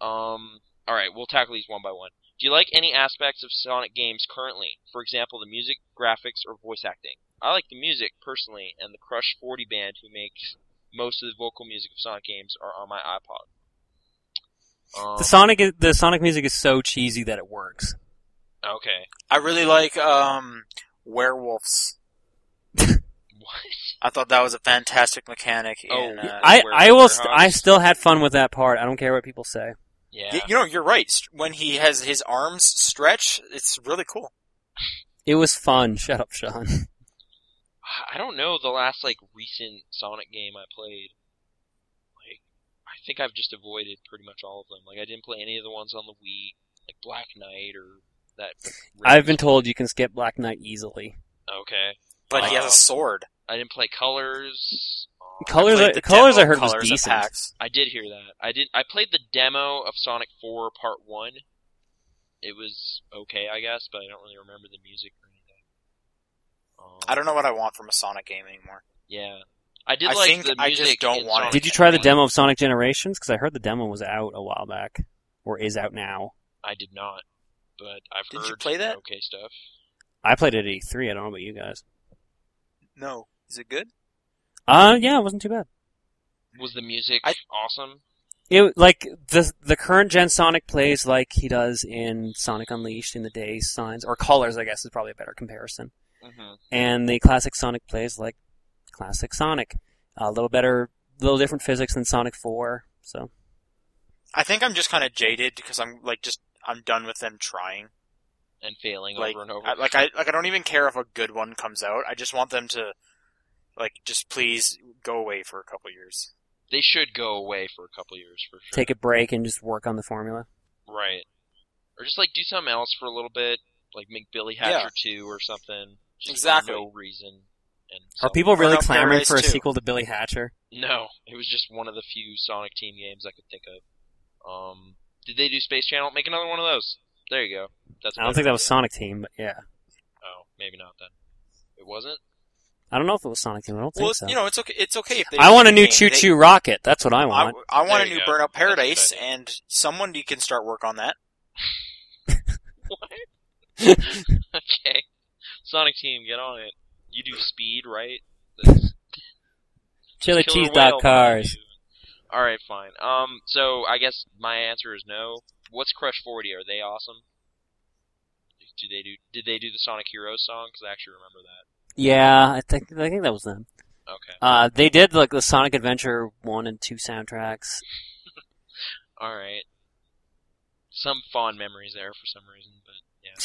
B: Um, all right, we'll tackle these one by one. Do you like any aspects of Sonic games currently? For example, the music, graphics, or voice acting. I like the music personally, and the Crush 40 band who makes most of the vocal music of Sonic games are on my iPod. Um,
A: The Sonic is- the Sonic music is so cheesy that it works.
B: okay.
C: I really like um, werewolves.
B: What?
C: I thought that was a fantastic mechanic.
B: Oh,
C: in, uh,
A: I,
B: where-
A: I will
B: where
A: st-
B: Hobbs-
A: I still had fun with that part. I don't care what people say.
B: Yeah.
C: y- you know, you're right. St- When he has his arms stretch, it's really cool.
A: It was fun. Shut up, Sean.
B: I don't know the last like recent Sonic game I played. Like I think I've just avoided pretty much all of them. Like I didn't play any of the ones on the Wii, like Black Knight or that.
A: I've been told you can skip Black Knight easily.
B: Okay,
C: But he has
B: Wow.
C: a sword. I
B: I didn't play Colors. Um,
A: Colors,
C: played
A: I,
C: the
A: colors I
C: demo
A: heard was
C: Colors at
A: decent.
C: PAX.
B: I did hear that. I did. I played the demo of Sonic Four Part One. It was okay, I guess, but I don't really remember the music or anything. Um,
C: I don't know what I want from a Sonic game anymore.
B: Yeah, I did
C: I
B: like
C: think
B: the music.
C: I just don't
B: in
C: want it.
B: Sonic
A: Did you try the
B: 1.
A: demo of Sonic Generations? Because I heard the demo was out a while back, or is out now.
B: I did not, but I've
C: Did you
B: heard
C: play that?
B: okay stuff.
A: I played it at E3. I don't know about you guys.
C: No. Is it good?
A: Uh, yeah, it wasn't too bad.
B: Was the music
C: I-
B: awesome?
A: It like the the current gen Sonic plays like he does in Sonic Unleashed in the day signs or colors, I guess is probably a better comparison.
C: Mm-hmm.
B: hmm
A: And the classic Sonic plays like classic Sonic, a little better, little different physics than Sonic Four. So
C: I think I'm just kind of jaded because I'm like just I'm done with them trying.
B: And failing
C: Like,
B: over and over.
C: I, like I like I don't even care if a good one comes out. I just want them to like just please go away for a couple years.
B: they should go away for a couple years for sure.
A: take a break and just work on the formula.
B: Right. Or just like do something else for a little bit, like make Billy Hatcher
C: Yeah.
B: two or something. Just for
C: Exactly.
B: no reason. And
A: Are
B: some-
A: people really
C: Burnout
A: clamoring
C: Paradise
A: for a
C: 2.
A: sequel to Billy Hatcher?
B: No, it was just one of the few Sonic Team games I could think of. Um, did they do Space Channel? Make another one of those. There you go. That's. a
A: I don't
B: better
A: think that was
B: idea.
A: Sonic Team, but yeah,
B: Oh, maybe not then. It wasn't.
A: I don't know if it was Sonic Team. I don't think
C: Well,
A: so.
C: you know, it's okay. It's okay if they.
A: I want a new
C: they-
A: Choo Choo Rocket. That's what I
C: I,
A: want.
C: I want
B: There
C: a
B: you
C: new
B: go. That's
C: Burnout
B: a good
C: Paradise,
B: idea.
C: and someone you can start work on that.
B: okay. Sonic Team, get on it. You do Speed, right? That's
A: Chili
B: killer
A: cheese
B: whale
A: dot cars.
B: behind you. All right, fine. Um, so I guess my answer is no. What's Crush Forty? Are they awesome? Do they do? Did they do the Sonic Heroes song? Because I actually remember that.
A: Yeah, I think I think that was them.
B: Okay.
A: Uh, they did like the Sonic Adventure one and two soundtracks.
B: All right. Some fond memories there for some reason, but yeah.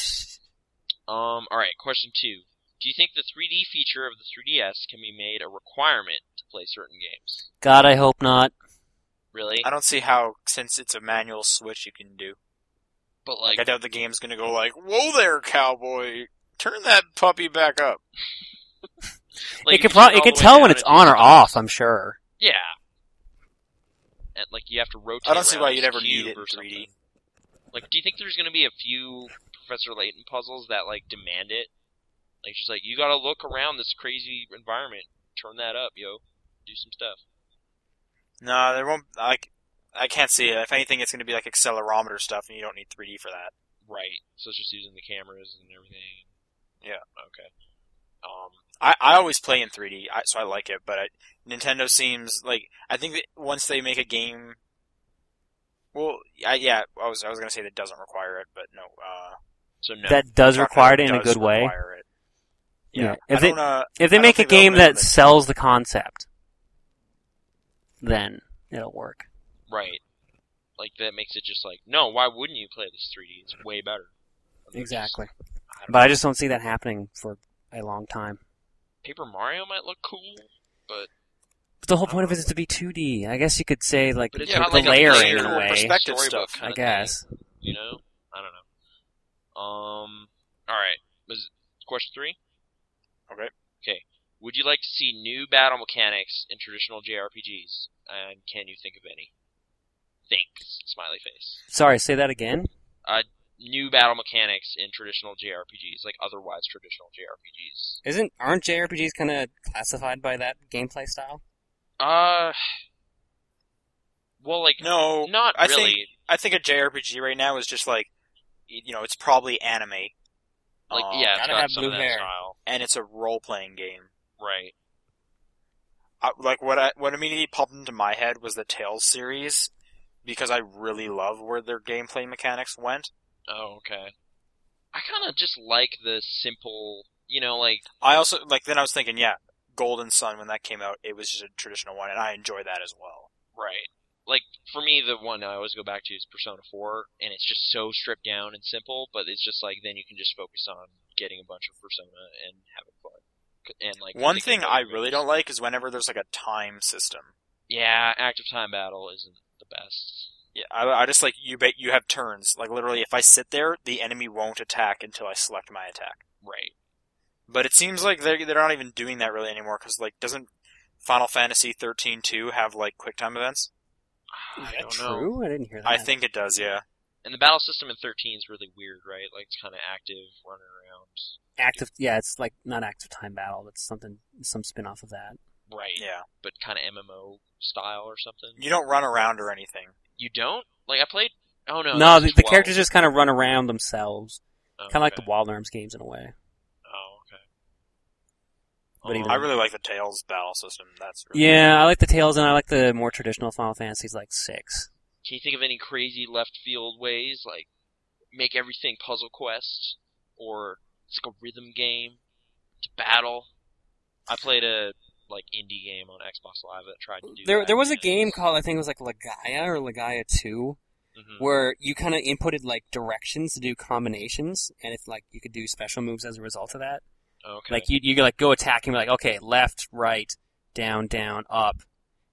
B: Um. All right. Question two. Do you think the 3D feature of the 3DS can be made a requirement to play certain games?
A: God, I hope not.
B: Really?
C: I don't see how, since it's a manual switch, you can do.
B: But
C: Like,
B: like,
C: I doubt the game's gonna go like, "Whoa there, cowboy! Turn that puppy back up."
B: like,
A: it could
B: you
A: pro-
B: turn all
A: it could
B: the way
A: tell
B: down
A: when it's
B: and
A: on
B: do
A: or
B: something.
A: off. I'm sure.
B: Yeah. And like you have to rotate.
C: I don't see
B: around
C: why
B: this
C: you'd ever
B: cube
C: need it in
B: or
C: 3D.
B: something. Like, do you think there's gonna be a few Professor Layton puzzles that like demand it? Like, just like you gotta look around this crazy environment, turn that up, yo, do some stuff.
C: No, there won't. Like, I can't see it. If anything, it's gonna be like accelerometer stuff, and you don't need 3D for that.
B: Right. So it's just using the cameras and everything.
C: Yeah.
B: Okay. Um.
C: I, I always play in 3D, I, so I like it. But I, Nintendo seems like I think that once they make a game, well, I, yeah, I was I was gonna say that doesn't require it, but no, uh,
B: So no.
A: That does
C: Dark
A: require it
C: Knight
A: in a
C: does
A: good way.
C: require it.
A: Yeah.
C: Yeah,
A: If
C: I
A: they-
C: don't, uh,
A: If they
C: I
A: make a
C: don't think they'll
A: game
C: make
A: that
C: them.
A: sells the concept, then it'll work.
B: right. Like that makes it just like no. Why wouldn't you play this 3D? It's way better. And it's just- I don't
A: But I
B: know.
A: just don't see that happening for a long time.
B: Paper Mario might look cool, but
A: But the whole point of it is to be 2D. I guess you could say like
B: But it's
A: the
B: not
A: the
B: like a
A: layering in a
B: layered
A: way.
C: perspective
B: storybook
C: stuff,
A: I
B: kind of
A: guess.
B: uh, you know? I don't know. Um. All right. Was question three?
C: Okay.
B: Okay. Would you like to see new battle mechanics in traditional JRPGs? And can you think of any? Thanks. Smiley face.
A: Sorry, say that again.
B: New battle mechanics in traditional JRPGs, like otherwise traditional JRPGs.
A: Isn't aren't JRPGs kind of classified by that gameplay style?
B: Uh. Well, like
C: no,
B: not
C: I
B: really.
C: think- I think a JRPG right now is just like, y- you know, it's probably anime.
B: like
C: Um,
B: yeah, it's
A: gotta
B: got
A: have
B: some of
A: blue
B: that
A: hair.
B: style,
C: and it's a role playing game.
B: right?
C: I, like what I what immediately popped into my head was the Tales series because I really love where their gameplay mechanics went.
B: Oh, okay. I kind of just like the simple, you know, like
C: I also like then I was thinking, yeah, Golden Sun when that came out, it was just a traditional one, and I enjoy that as well.
B: Right. Like for me, the one I always go back to is Persona Four, and it's just so stripped down and simple. But it's just like then you can just focus on getting a bunch of Persona and having fun. C- And like
C: one
B: thinking
C: thing
B: about
C: I
B: things.
C: really don't like is whenever there's like a time system.
B: Yeah, active time battle isn't the best.
C: Yeah, I, I just like you. Bet you have turns. Like literally, if I sit there, the enemy won't attack until I select my attack.
B: Right.
C: But it seems like they're they're not even doing that really anymore because like doesn't Final Fantasy 13-2 have like quick time events?
B: I don't know.
A: true? I didn't hear that.
C: I think it does, yeah.
B: And the battle system in thirteen is really weird, right? Like it's kind of active, running around.
A: active. Yeah, it's like not active time battle. That's something, some spin off of that.
B: Right.
C: Yeah.
B: But kind of MMO style or something.
C: You don't run around or anything.
B: You don't like I played. Oh no.
A: no,
B: that
A: the,
B: was
A: the
B: 12.
A: characters just kind of run around themselves,
B: Oh,
A: kind of like
B: okay.
A: the Wild Arms games in a way.
B: Oh, okay.
A: But he
B: Um,
A: didn't.
C: I really like the Tails battle system. That's really
A: Yeah, I like the Tales and I like the more traditional Final Fantasies like six.
B: Can you think of any crazy left field ways, like make everything puzzle quest or it's like a rhythm game to battle? I played a like indie game on Xbox Live that tried to do.
D: There,
B: that,
D: there was a
B: and-
D: game called I think it was like Lagaya or Lagaya Two,
B: Mhm.
D: where you kind of inputted like directions to do combinations, and if like you could do special moves as a result of that.
B: Oh, Okay.
A: Like you you could, like go attacking like okay left right down down up,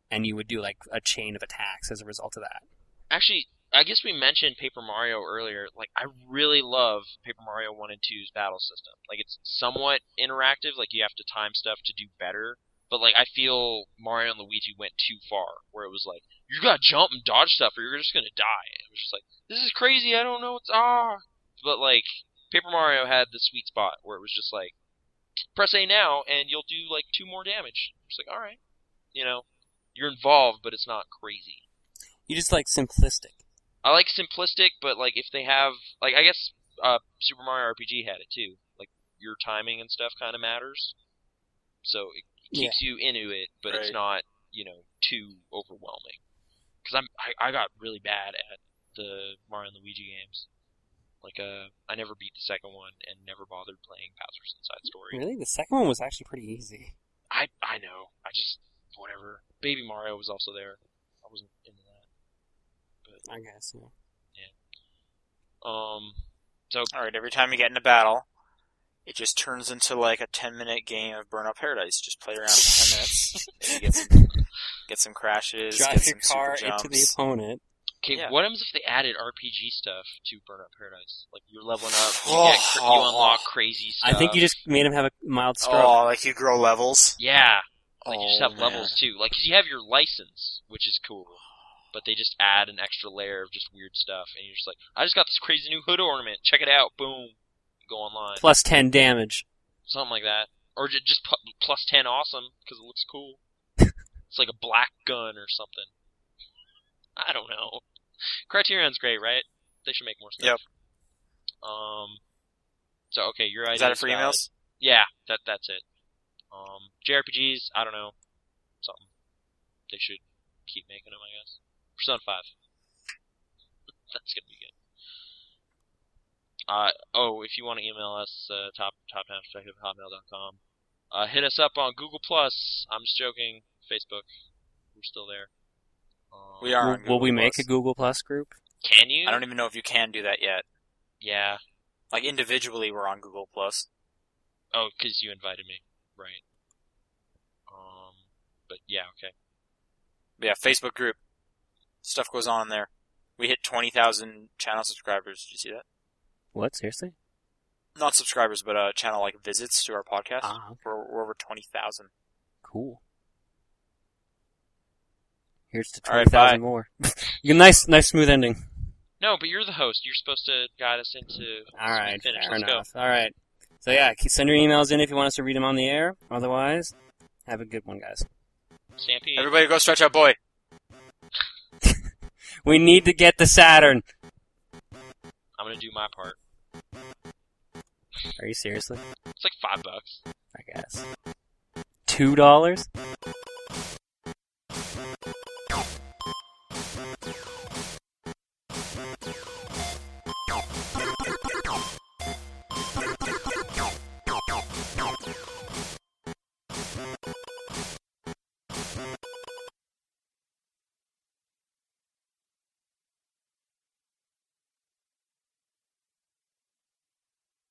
A: and you would do like a chain of attacks as a result of that.
B: Actually, I guess we mentioned Paper Mario earlier. Like, I really love Paper Mario 1 and 2's battle system. Like, it's somewhat interactive. Like, you have to time stuff to do better. But, like, I feel Mario and Luigi went too far, where it was like, you gotta jump and dodge stuff or you're just gonna die. It was just like, this is crazy, I don't know what's. Ah! But, like, Paper Mario had the sweet spot where it was just like, press A now and you'll do, like, two more damage. It's like, alright. You know, you're involved, but it's not crazy.
D: You just like simplistic.
B: I like simplistic, but like if they have like I guess uh, Super Mario RPG had it too. Like your timing and stuff kind of matters, so it
D: Yeah.
B: keeps you into it, but it's
C: Right.
B: not you know too overwhelming. Because I'm I, I got really bad at the Mario and Luigi games. Like uh, I never beat the second one and never bothered playing Bowser's Inside Story.
D: Really, the second one was actually pretty easy.
B: I I know I just whatever. Baby Mario was also there. I wasn't into that.
D: I guess. Yeah.
B: Um,
C: All right, every time you get in a battle, it just turns into like a ten-minute game of Burnout Paradise. Just play around for ten minutes, and you get some, get some crashes,
D: Drive
C: get
D: your
C: some
D: car
C: super jumps.
D: into the opponent.
B: Okay,
C: Yeah.
B: what happens if they added RPG stuff to Burnout Paradise? Like you're leveling up, you, get, you unlock crazy stuff.
A: Oh, I think you just made him have a mild stroke.
C: Oh, like you grow levels.
B: yeah, like you just
C: Oh,
B: have levels too. Like 'cause you have your license, which is cool, but they just add an extra layer of just weird stuff, and you're just like, I just got this crazy new hood ornament. Check it out. Boom, go online,
A: Plus ten damage.
B: something like that, or ju- just pu- plus ten awesome because it looks cool. it's like a black gun or something. I don't know. Criterion's great, right? They should make more stuff.
C: Yep.
B: Um. So okay, your idea
C: Is that it for
B: valid.
C: emails?
B: Yeah, that that's it. Um, JRPGs, I don't know, something. They should keep making them, I guess. Persona Five. that's gonna be good. Uh oh, if you want to email us, uh, top top perspective hotmail.com. Uh, hit us up on Google Plus. I'm just joking. Facebook, we're still there. Um,
C: We are.
A: Will,
C: on
A: will we
C: Google
A: make a
C: Plus.
A: Google Plus group?
B: Can you?
C: I don't even know if you can do that yet.
B: Yeah.
C: Like individually, we're on Google Plus.
B: Oh, because you invited me, right? Um, but yeah, okay.
C: But yeah, Facebook group. Stuff goes on in there. We hit twenty thousand channel subscribers. Did you see that?
A: What seriously?
C: Not subscribers, but uh, channel like visits to our podcast.
A: Ah,
C: We're, we're over twenty thousand.
A: cool. Here's to
C: All right,
A: twenty thousand more. You- nice, nice smooth ending.
B: No, but you're the host. You're supposed to guide us into.
A: All right,
B: finish.
A: fair
B: Let's go.
A: enough. All right. So yeah, keep- send your emails in if you want us to read them on the air. Otherwise, have a good one, guys.
B: Stampede.
C: Everybody, go stretch out, boy.
A: We need to get the Saturn.
B: I'm gonna do my part.
A: Are you seriously?
B: It's like five bucks.
A: I guess. Two dollars.